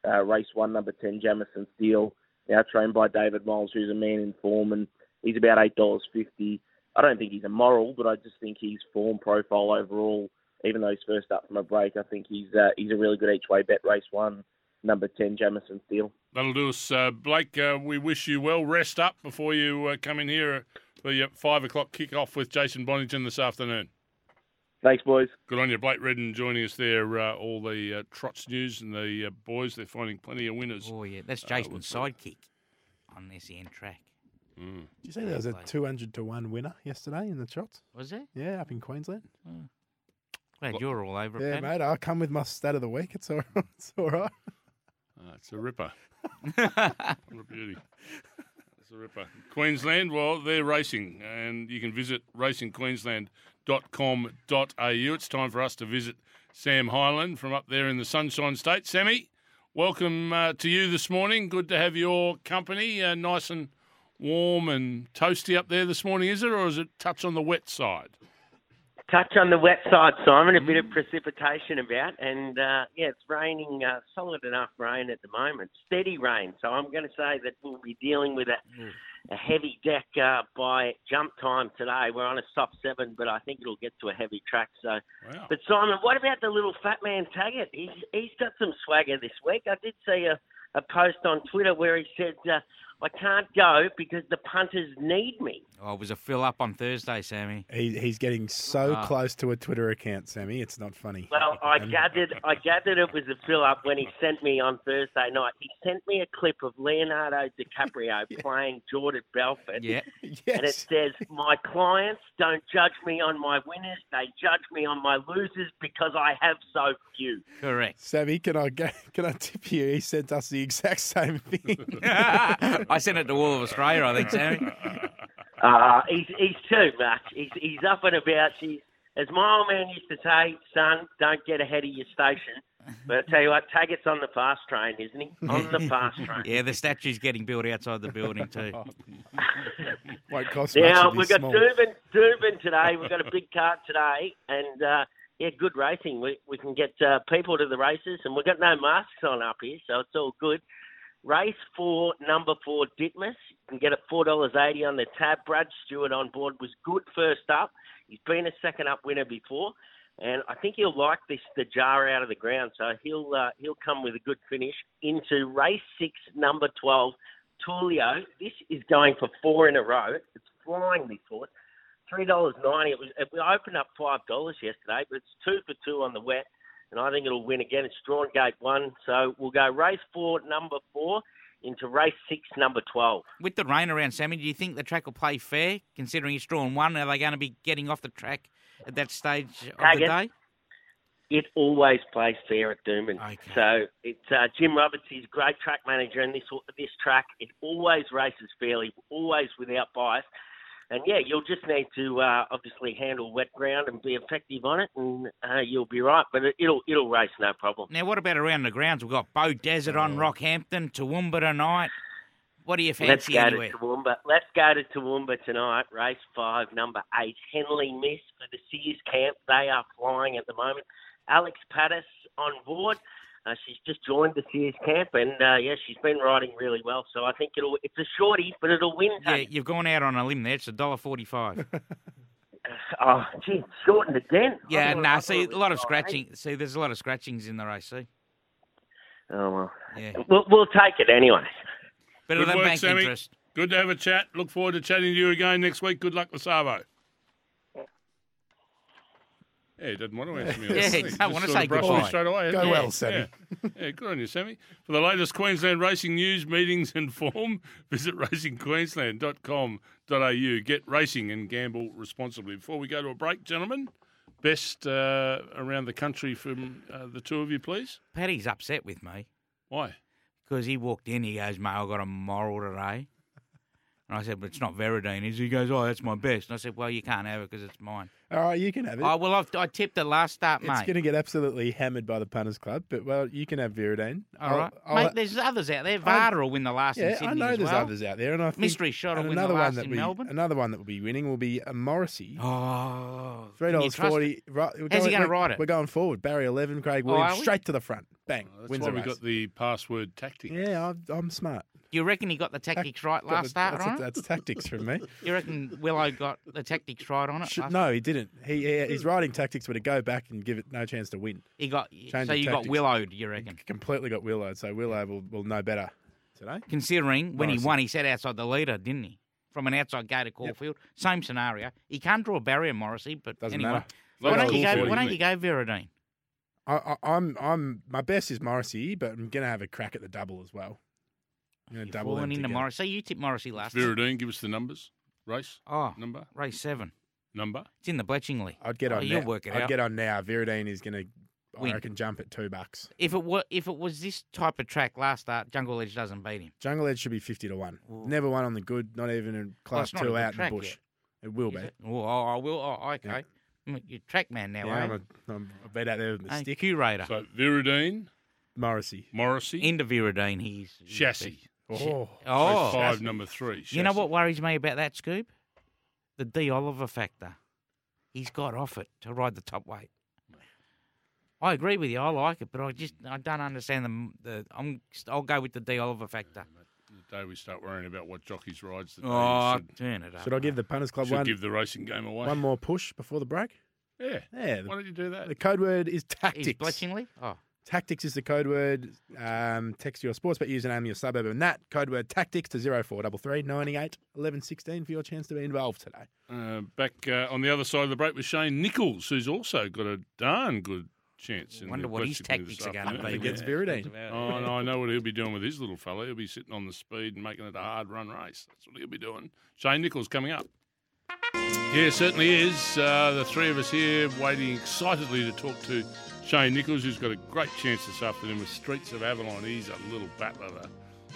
Speaker 5: uh, race one, number 10, Jamison Steele, now trained by David Miles, who's a man in form, and he's about $8.50. I don't think he's immoral, but I just think his form profile overall, even though he's first up from a break, I think he's uh, he's a really good each way bet. Race one, number 10, Jamison Steele.
Speaker 2: That'll do us. Uh, Blake, uh, we wish you well. Rest up before you uh, come in here for your 5 o'clock kick-off with Jason Bonington this afternoon.
Speaker 5: Thanks, boys.
Speaker 2: Good on you, Blake Redden, joining us there. Uh, all the uh, trots news and the uh, boys, they're finding plenty of winners.
Speaker 4: Oh, yeah. That's Jason's sidekick on this end track.
Speaker 3: Did you say there was a 200 to 1 winner yesterday in the trots?
Speaker 4: Was it?
Speaker 3: Yeah, up in Queensland.
Speaker 4: Glad you're all over it,
Speaker 3: Yeah,
Speaker 4: Paddy.
Speaker 3: mate, I'll come with my stat of the week. It's all right. It's all right.
Speaker 2: Uh, it's a ripper. what a beauty. It's a ripper. Queensland, well, they're racing, and you can visit racingqueensland.com.au. It's time for us to visit Sam Highland from up there in the Sunshine State. Sammy, welcome uh, to you this morning. Good to have your company. Uh, nice and warm and toasty up there this morning, is it, or is it touch on the wet side?
Speaker 6: touch on the wet side, Simon. A bit of precipitation about, and uh, yeah, it's raining uh, solid enough rain at the moment, steady rain. So I'm going to say that we'll be dealing with a, a heavy deck uh, by jump time today. We're on a soft seven, but I think it'll get to a heavy track. So,
Speaker 2: Wow.
Speaker 6: but Simon, what about the little fat man Taggart? He's he's got some swagger this week. I did see a a post on Twitter where he said. Uh, I can't go because the punters need me.
Speaker 4: Oh, it was a fill up on Thursday, Sammy.
Speaker 3: He, he's getting so
Speaker 4: Ah.
Speaker 3: close to a Twitter account, Sammy. It's not funny.
Speaker 6: Well, I
Speaker 3: Um,
Speaker 6: gathered I gathered it was a fill up when he sent me on Thursday night. He sent me a clip of Leonardo DiCaprio playing Jordan Belfort.
Speaker 4: Yeah.
Speaker 6: And it
Speaker 3: Yes.
Speaker 6: says, My clients don't judge me on my winners, they judge me on my losers because I have so few.
Speaker 4: Correct.
Speaker 3: Sammy, can I go, can I tip you? He sent us the exact same thing.
Speaker 4: I sent it to all of Australia, I think, Sammy.
Speaker 6: Uh, he's, he's too much. He's, he's up and about. He's, as my old man used to say, son, don't get ahead of your station. But I tell you what, Taggart's on the fast train, isn't he? On the fast train.
Speaker 4: Yeah, the statue's getting built outside the building, too.
Speaker 3: Won't cost
Speaker 6: Now
Speaker 3: much.
Speaker 6: we've got Durban, Durban today. We've got a big card today, and uh, yeah, good racing. We we can get uh, people to the races, and we've got no masks on up here, so it's all good. Race four, number four, Ditmas. You can get it four dollars eighty on the tab. Brad Stewart on board was good first up. He's been a second up winner before, and I think he'll like this the jar out of the ground. So he'll uh, he'll come with a good finish into race six, number twelve. Tulio, this is going for four in a row. It's flying this horse. Three dollars ninety. It was. It opened up five dollars yesterday, but it's two for two on the wet, and I think it'll win again. It's drawn gate one, so we'll go race four, number four, into race six, number twelve.
Speaker 4: With the rain around, Sammy, do you think the track will play fair, considering it's drawn one? Are they going to be getting off the track at that stage of the
Speaker 6: Taggart.
Speaker 4: day?
Speaker 6: It always plays fair at Dooman.
Speaker 4: Okay.
Speaker 6: So it's uh, Jim Roberts. He's a great track manager in this this track. It always races fairly, always without bias. And yeah, you'll just need to uh, obviously handle wet ground and be effective on it, and uh, you'll be right. But it, it'll it'll race no problem.
Speaker 4: Now, what about around the grounds? We've got Bow Desert
Speaker 2: Oh.
Speaker 4: on Rockhampton, Toowoomba tonight. What do you
Speaker 6: Let's
Speaker 4: fancy
Speaker 6: go
Speaker 4: anywhere?
Speaker 6: to Toowoomba. Let's go to Toowoomba tonight. Race five, number eight, Henley Miss for the Sears camp. They are flying at the moment. Alex Pattis on board. Uh, she's just joined the Sears camp, and uh, yeah, she's been riding really well. So I think it'll it's a shorty, but it'll win.
Speaker 4: Yeah,
Speaker 6: Tony.
Speaker 4: you've gone out on a limb there. It's a dollar forty-five.
Speaker 6: Oh, gee, shortened again.
Speaker 4: yeah,
Speaker 6: no,
Speaker 4: nah. See, a lot of scratching. See, there's a lot of scratchings in the race. See,
Speaker 6: Oh well,
Speaker 4: yeah.
Speaker 6: we'll, we'll take it anyway.
Speaker 4: Bit
Speaker 2: Good
Speaker 4: of the
Speaker 2: work,
Speaker 4: bank
Speaker 2: Sammy.
Speaker 4: interest.
Speaker 2: Good to have a chat. Look forward to chatting to you again next week. Good luck with Savo. Yeah, he doesn't want to answer me.
Speaker 4: Yeah, he
Speaker 2: He
Speaker 4: doesn't
Speaker 2: just
Speaker 4: want to
Speaker 2: sort of
Speaker 4: say
Speaker 2: brushed me
Speaker 4: goodbye.
Speaker 2: Straight away,
Speaker 3: Go
Speaker 2: hasn't he?
Speaker 3: well, Sammy.
Speaker 2: Yeah. yeah, good on you, Sammy. For the latest Queensland racing news, meetings and form, visit racingqueensland.com.au. Get racing and gamble responsibly. Before we go to a break, gentlemen, best uh, around the country from uh, the two of you, please.
Speaker 4: Paddy's upset with me
Speaker 2: Why?
Speaker 4: because he walked in. He goes, "Mate, I got a moral today." And I said, "But it's not Veridine, is?" it?" He goes, "Oh, that's my best." And I said, "Well, you can't have it because it's mine."
Speaker 3: All right, you can have it.
Speaker 4: Oh well, I've, I tipped the last start,
Speaker 3: it's
Speaker 4: mate.
Speaker 3: going to get absolutely hammered by the punters club, but well, you can have Viridane.
Speaker 4: All right,
Speaker 3: I'll- I'll-
Speaker 4: mate. There's others out there. Varda will win the last in
Speaker 3: yeah,
Speaker 4: Sydney
Speaker 3: I know
Speaker 4: as
Speaker 3: there's
Speaker 4: well.
Speaker 3: others out there, and I think
Speaker 4: Mystery shot will
Speaker 3: and
Speaker 4: win the
Speaker 3: another
Speaker 4: last
Speaker 3: one that
Speaker 4: in
Speaker 3: we,
Speaker 4: Melbourne.
Speaker 3: another one that will be winning will be a Morrissey.
Speaker 4: Oh,
Speaker 3: Three
Speaker 4: can you
Speaker 3: dollars
Speaker 4: trust
Speaker 3: forty. Right, we're
Speaker 4: How's he
Speaker 3: going-
Speaker 4: gonna
Speaker 3: we're-
Speaker 4: ride it?
Speaker 3: We're going forward. Barry eleven. Craig
Speaker 4: Oh,
Speaker 3: Williams
Speaker 4: are we?
Speaker 3: straight to the front. Bang.
Speaker 2: That's
Speaker 3: wins
Speaker 2: why
Speaker 3: the
Speaker 2: we
Speaker 3: race.
Speaker 2: got the password tactic.
Speaker 3: yeah, I'm, I'm smart.
Speaker 4: Do you reckon he got the tactics right
Speaker 3: Got
Speaker 4: last
Speaker 3: the-
Speaker 4: start
Speaker 3: that's,
Speaker 4: on it?
Speaker 3: that's tactics from me.
Speaker 4: You reckon Willow got the tactics right on it?
Speaker 3: Sh-
Speaker 4: last-
Speaker 3: no, he didn't. He, he his riding tactics were to go back and give it no chance to win.
Speaker 4: He got
Speaker 3: Change
Speaker 4: so
Speaker 3: the
Speaker 4: you got
Speaker 3: tactics.
Speaker 4: willowed. You reckon?
Speaker 3: Completely got Willow, so Willow will, will know better today.
Speaker 4: Considering when
Speaker 3: Morrison.
Speaker 4: he won, he sat outside the leader, didn't he? From an outside gate at Caulfield, same scenario. He can't draw a barrier, Morrissey, but
Speaker 3: Doesn't
Speaker 4: anyway.
Speaker 3: matter.
Speaker 4: Why don't
Speaker 2: Caulfield,
Speaker 4: you go? Why
Speaker 2: isn't
Speaker 4: don't
Speaker 2: it?
Speaker 4: you go Veridine?
Speaker 3: I, I, I'm I'm my best is Morrissey, but I'm gonna have a crack at the double as well. I'm gonna
Speaker 4: You're
Speaker 3: double them
Speaker 4: falling into
Speaker 3: together.
Speaker 4: Morrissey. You tipped Morrissey last. time.
Speaker 2: Viridine, give us the numbers. Race,
Speaker 4: Oh,
Speaker 2: number,
Speaker 4: race seven.
Speaker 2: number.
Speaker 4: It's in the Bletchingley.
Speaker 3: I'd get
Speaker 4: Oh,
Speaker 3: on.
Speaker 4: you'll
Speaker 3: now.
Speaker 4: work it
Speaker 3: I'd
Speaker 4: out.
Speaker 3: get on now. Viridine is gonna.
Speaker 4: Win.
Speaker 3: I reckon jump at two bucks.
Speaker 4: If it were, if it was this type of track last start, Jungle Edge doesn't beat him.
Speaker 3: Jungle Edge should be fifty to one.
Speaker 4: Ooh.
Speaker 3: Never won on the good. Not even in class
Speaker 4: not
Speaker 3: two
Speaker 4: a good
Speaker 3: out in the
Speaker 4: track
Speaker 3: bush.
Speaker 4: yet.
Speaker 3: It will
Speaker 4: Is
Speaker 3: be.
Speaker 4: it? Oh, oh, I will. Oh,
Speaker 3: Yeah.
Speaker 4: okay. Mm, You're track man now,
Speaker 3: Yeah,
Speaker 4: eh?
Speaker 3: I'm, a, I'm a bit out there with my
Speaker 4: Hey,
Speaker 3: stick.
Speaker 4: curator.
Speaker 2: So Viridine,
Speaker 3: Morrissey.
Speaker 2: Morrissey,
Speaker 4: Into Viridine, he's he's
Speaker 2: Chassis.
Speaker 4: big.
Speaker 3: Oh,
Speaker 2: Oh,
Speaker 4: Oh,
Speaker 2: five number three.
Speaker 4: you know
Speaker 2: Chassis.
Speaker 4: what worries me about that scoop? The D Oliver factor. He's got off it to ride the top weight. I agree with you. I like it, but I just I don't understand the the. I'm I'll go with the D Oliver factor.
Speaker 2: The day we start worrying about what jockeys rides, the day
Speaker 4: Oh,
Speaker 2: you should,
Speaker 4: turn it up.
Speaker 3: should I give
Speaker 4: mate.
Speaker 3: the punters club
Speaker 2: should
Speaker 3: one
Speaker 2: give the racing game away.
Speaker 3: one more push before the break?
Speaker 2: yeah.
Speaker 3: Yeah.
Speaker 2: Why
Speaker 3: The,
Speaker 2: don't you do that?
Speaker 3: the code word is tactics.
Speaker 4: He's Bletchingley. Oh,
Speaker 3: Tactics is the code word. Um, text your sports bet username, your suburb, and that code word tactics to 0433 98 11 16 for your chance to be involved today.
Speaker 2: Uh, back uh, on the other side of the break with Shane Nichols, who's also got a darn good chance. In
Speaker 4: Wonder
Speaker 2: the
Speaker 4: what his
Speaker 2: Questacon this
Speaker 4: tactics are gonna
Speaker 2: afternoon.
Speaker 4: be.
Speaker 3: Against Viridine.
Speaker 2: Oh, no, I know what he'll be doing with his little fella. He'll be sitting on the speed and making it a hard run race. That's what he'll be doing. Shane Nichols coming up. Yeah, certainly is. Uh, the three of us here waiting excitedly to talk to Shane Nichols, who's got a great chance this afternoon with Streets of Avalon. He's a little battler, the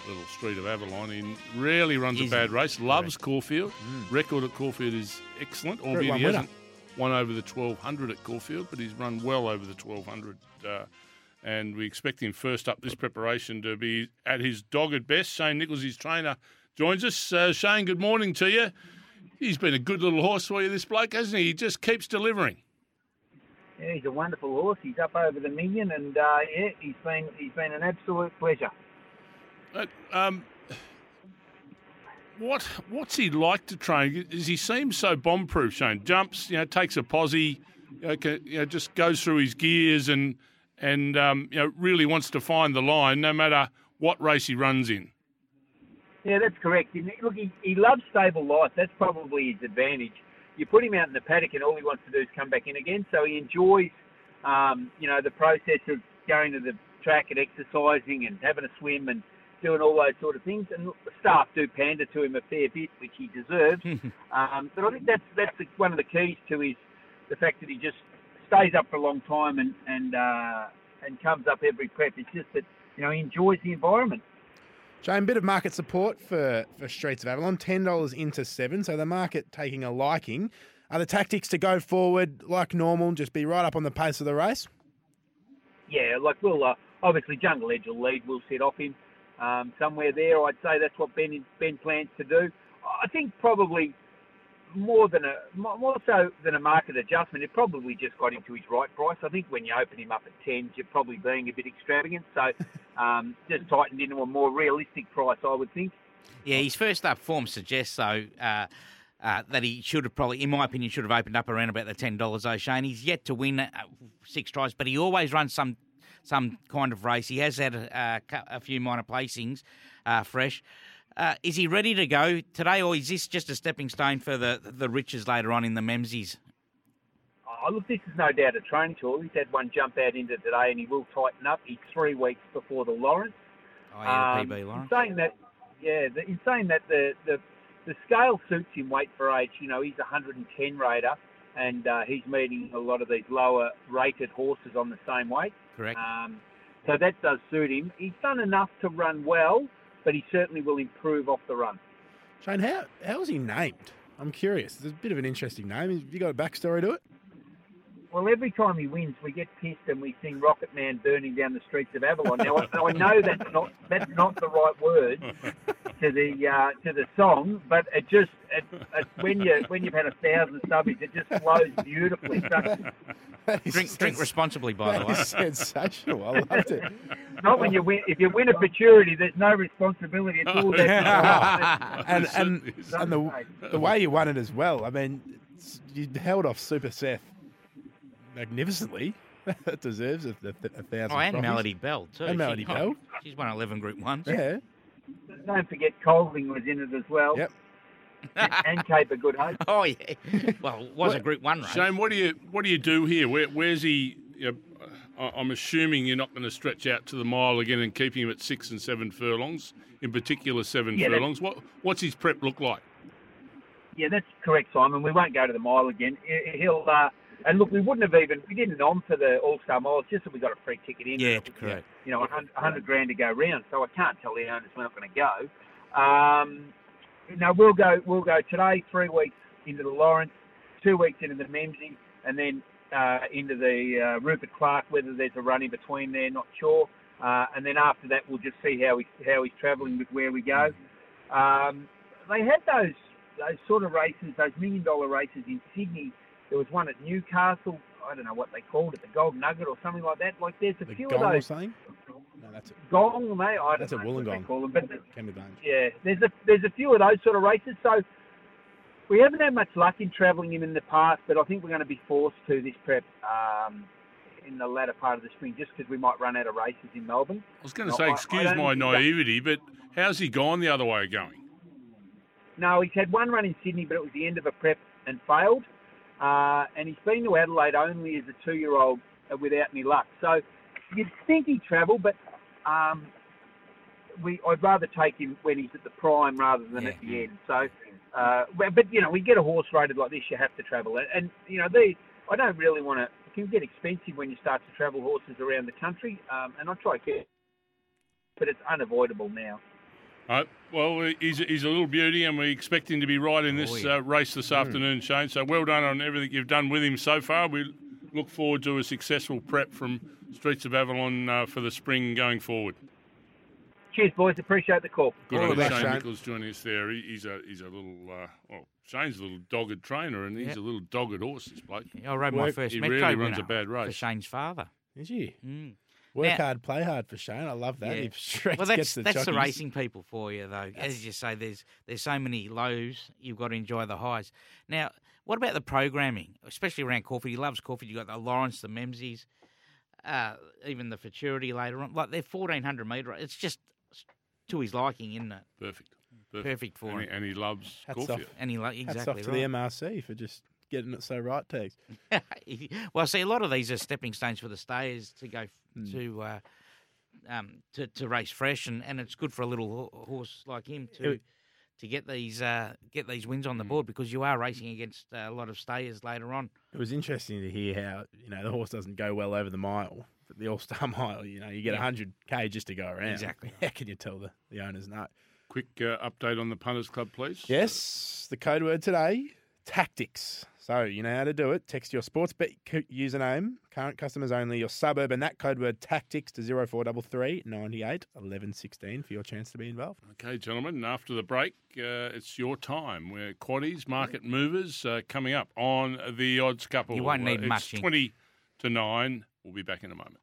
Speaker 2: little Street of Avalon. He rarely runs
Speaker 4: Is
Speaker 2: a
Speaker 4: he?
Speaker 2: bad race, loves Caulfield. Record at Caulfield is excellent, albeit
Speaker 3: one
Speaker 2: he
Speaker 3: winner.
Speaker 2: hasn't won over the 1200 at Caulfield, but he's run well over the 1200. Uh, and we expect him first up this preparation to be at his dogged best. Shane Nichols, his trainer, joins us. Uh, Shane, good morning to you. He's been a good little horse for you, this bloke, hasn't he? He just keeps delivering.
Speaker 7: Yeah, he's a wonderful horse. He's up over the million, and uh, yeah, he's been he's been an absolute pleasure.
Speaker 2: But, um, what what's he like to train? Does he seem so bomb proof? Shane jumps, you know, takes a posse, you know, ca- you know, just goes through his gears and and um, you know really wants to find the line, no matter what race he runs in.
Speaker 7: Yeah, that's correct. And look, he, he loves stable life. That's probably his advantage. You put him out in the paddock, and all he wants to do is come back in again. So he enjoys, um, you know, the process of going to the track and exercising and having a swim and doing all those sort of things. And look, the staff do pander to him a fair bit, which he deserves. um, but I think that's that's the, one of the keys to his the fact that he just stays up for a long time and and uh, and comes up every prep. It's just that you know he enjoys the environment.
Speaker 3: Shane, bit of market support for, for Streets of Avalon, ten dollars into seven, so the market taking a liking. Are the tactics to go forward like normal, just be right up on the pace of the race?
Speaker 7: Yeah, like we'll uh, obviously Jungle Edge will lead. We'll set off him um, somewhere there. I'd say that's what Ben Ben plans to do. I think probably more than a more more so than a market adjustment. It probably just got him to his right price. I think when you open him up at tens, you're probably being a bit extravagant. So um, just tightened into a more realistic price, I would think.
Speaker 4: Yeah, his first up form suggests so uh, uh, that he should have probably, in my opinion, should have opened up around about the ten dollars. O'Shane, he's yet to win uh, six tries, but he always runs some some kind of race. He has had a, a, a few minor placings uh, fresh. Uh, is he ready to go today, or is this just a stepping stone for the the riches later on in the Memsies?
Speaker 7: Oh, look, this is no doubt a train tour. He's had one jump out into today, and he will tighten up. He's three weeks before the Lawrence.
Speaker 4: Oh, yeah, the PB
Speaker 7: in
Speaker 4: Lawrence.
Speaker 7: saying Um, that, yeah, the, in saying that, the, the the scale suits him weight for age. You know, he's a 110 raider, and uh, he's meeting a lot of these lower rated horses on the same weight.
Speaker 4: Correct.
Speaker 7: Um, so that does suit him. He's done enough to run well, but he certainly will improve off the run.
Speaker 3: Shane, how how is he named? I'm curious. It's a bit of an interesting name. Have you got a backstory to it?
Speaker 7: Well, every time he wins, we get pissed and we sing "Rocket Man burning down the streets of Avalon." Now, I, I know that's not that's not the right word to the uh, to the song, but it just it, it, when you when you've had a thousand subbies, it just flows beautifully. So,
Speaker 3: That is
Speaker 4: Drink, drink
Speaker 3: sens-
Speaker 4: responsibly, by the
Speaker 3: That
Speaker 4: way.
Speaker 3: is sensational. I loved it.
Speaker 7: not when you win. If you win a futurity, there's no responsibility. It's all that.
Speaker 3: and
Speaker 2: Yes,
Speaker 3: and,
Speaker 2: it is.
Speaker 3: and the, the way you won it as well. I mean, it's- you held off Super Seth magnificently. that deserves a, a, a thousand.
Speaker 4: Oh, and
Speaker 3: trophies.
Speaker 4: Melody Bell too.
Speaker 3: And Melody
Speaker 4: oh,
Speaker 3: Bell.
Speaker 4: She's won eleven Group Ones.
Speaker 3: Yeah.
Speaker 7: Don't forget, Colding was in it as well.
Speaker 3: Yep.
Speaker 7: and Cape of Good Hope.
Speaker 4: Oh yeah. Well, it was a Group One race.
Speaker 2: Shane, what do you what do you do here? Where, where's he? You know, I- I'm assuming you're not going to stretch out to the mile again and keep him at six and seven furlongs, in particular seven
Speaker 7: Yeah, that-
Speaker 2: furlongs. What what's his prep look like?
Speaker 7: Yeah, that's correct, Simon. We won't go to the mile again. He- He'll uh, and look, we wouldn't have even we didn't nom for the All Star Mile. It's just that we got a free ticket in.
Speaker 4: Yeah, correct.
Speaker 7: You know, a hun- a hundred grand to go round. So I can't tell the owners we're not going to go. Um, no, we'll go. We'll go today. Three weeks into the Lawrence, two weeks into the Memsey, and then uh, into the uh, Rupert Clark. Whether there's a run in between there, not sure. Uh, and then after that, we'll just see how he how he's travelling with where we go. Um, they had those those sort of races, those million dollar races in Sydney. There was one at Newcastle. I don't know what they called it, the Gold Nugget or something like that. Like there's a
Speaker 3: The
Speaker 7: few
Speaker 3: gong
Speaker 7: of
Speaker 3: or
Speaker 7: those
Speaker 3: something? No, that's it.
Speaker 7: gong, mate. I don't
Speaker 3: That's a
Speaker 7: know what they
Speaker 3: Wollongong.
Speaker 7: call them, but the-
Speaker 3: Can be blamed.
Speaker 7: yeah, there's a there's a few of those sort of races. So we haven't had much luck in travelling him in the past, but I think we're going to be forced to this prep um, in the latter part of the spring, just because we might run out of races in Melbourne.
Speaker 2: I was going to
Speaker 7: No,
Speaker 2: say,
Speaker 7: I- I
Speaker 2: excuse
Speaker 7: don't
Speaker 2: my
Speaker 7: think that-
Speaker 2: naivety, but how's he gone the other way of going?
Speaker 7: No, he's had one run in Sydney, but it was the end of a prep and failed. Uh, and he's been to Adelaide only as a two-year-old uh, without any luck. So you'd think he'd travel, but um, we I'd rather take him when he's at the prime rather than at the end. So, uh, well, but you know, we get a horse rated like this, you have to travel. And, and you know, they I don't really want to. It can get expensive when you start to travel horses around the country, um, and I try to get, but it's unavoidable now.
Speaker 2: Uh, well, he's, he's a little beauty, and we expect him to be right in this
Speaker 4: Oh, yeah.
Speaker 2: uh, race this afternoon, Shane. So well done on everything you've done with him so far. We look forward to a successful prep from Streets of Avalon uh, for the spring going forward.
Speaker 7: Cheers, boys. Appreciate the call.
Speaker 2: Good
Speaker 3: All
Speaker 2: on
Speaker 3: the
Speaker 2: you,
Speaker 3: best,
Speaker 2: Shane
Speaker 3: Shane.
Speaker 2: Nichols joining us there. He, he's a he's a little uh, well, Shane's a little dogged trainer, and he's
Speaker 4: Yeah.
Speaker 2: a little dogged horse. This bloke.
Speaker 4: I rode my
Speaker 3: Well,
Speaker 4: first
Speaker 2: he
Speaker 4: metro
Speaker 2: really runs
Speaker 4: winner
Speaker 2: a bad
Speaker 4: for
Speaker 2: race.
Speaker 4: Shane's father.
Speaker 3: Is you?
Speaker 4: Mm.
Speaker 3: Work
Speaker 4: Now-
Speaker 3: hard, play hard for Shane. I love that.
Speaker 4: Yeah.
Speaker 3: If straight
Speaker 4: Well, that's
Speaker 3: gets the
Speaker 4: that's the
Speaker 3: jockeys-
Speaker 4: racing people for you, though. As you say, there's there's so many lows. You've got to enjoy the highs. Now, what about the programming, especially around Corford? He loves Corford. You have got the Lawrence, the Memsies, uh, even the Futurity later on. Like they're fourteen hundred meter. It's just to his liking, isn't it?
Speaker 2: Perfect,
Speaker 4: Perfect for
Speaker 2: and, he,
Speaker 4: him.
Speaker 2: and he loves
Speaker 3: Hats
Speaker 2: Caulfield.
Speaker 3: off.
Speaker 4: And he lo- exactly
Speaker 3: Hats off to
Speaker 4: right.
Speaker 3: the MRC for just getting it so right, Tegs.
Speaker 4: well, see, a lot of these are stepping stones for the stayers to go f to uh, um, to to race fresh, and, and it's good for a little ho- horse like him to
Speaker 3: It-
Speaker 4: to get these uh, get these wins on the board because you are racing against uh, a lot of stayers later on.
Speaker 3: It was interesting to hear how you know the horse doesn't go well over the mile, but the All Star Mile. You know, you get
Speaker 4: Yeah.
Speaker 3: hundred k just to go around.
Speaker 4: Exactly.
Speaker 3: How can you tell the, the owners no?
Speaker 2: Quick uh, update on the Punters Club, please.
Speaker 3: Yes, the code word today tactics. So you know how to do it. Text your sports bet cu- username, current customers only, your suburb, and that code word tactics to 0433 98 11 16 for your chance to be involved.
Speaker 2: Okay, gentlemen, and after the break, uh, it's your time. We're quaddies, market movers, uh, coming up on the odds couple. Uh,
Speaker 4: You won't need
Speaker 2: it's
Speaker 4: much, Inc.
Speaker 2: 20 to 9. We'll be back in a moment.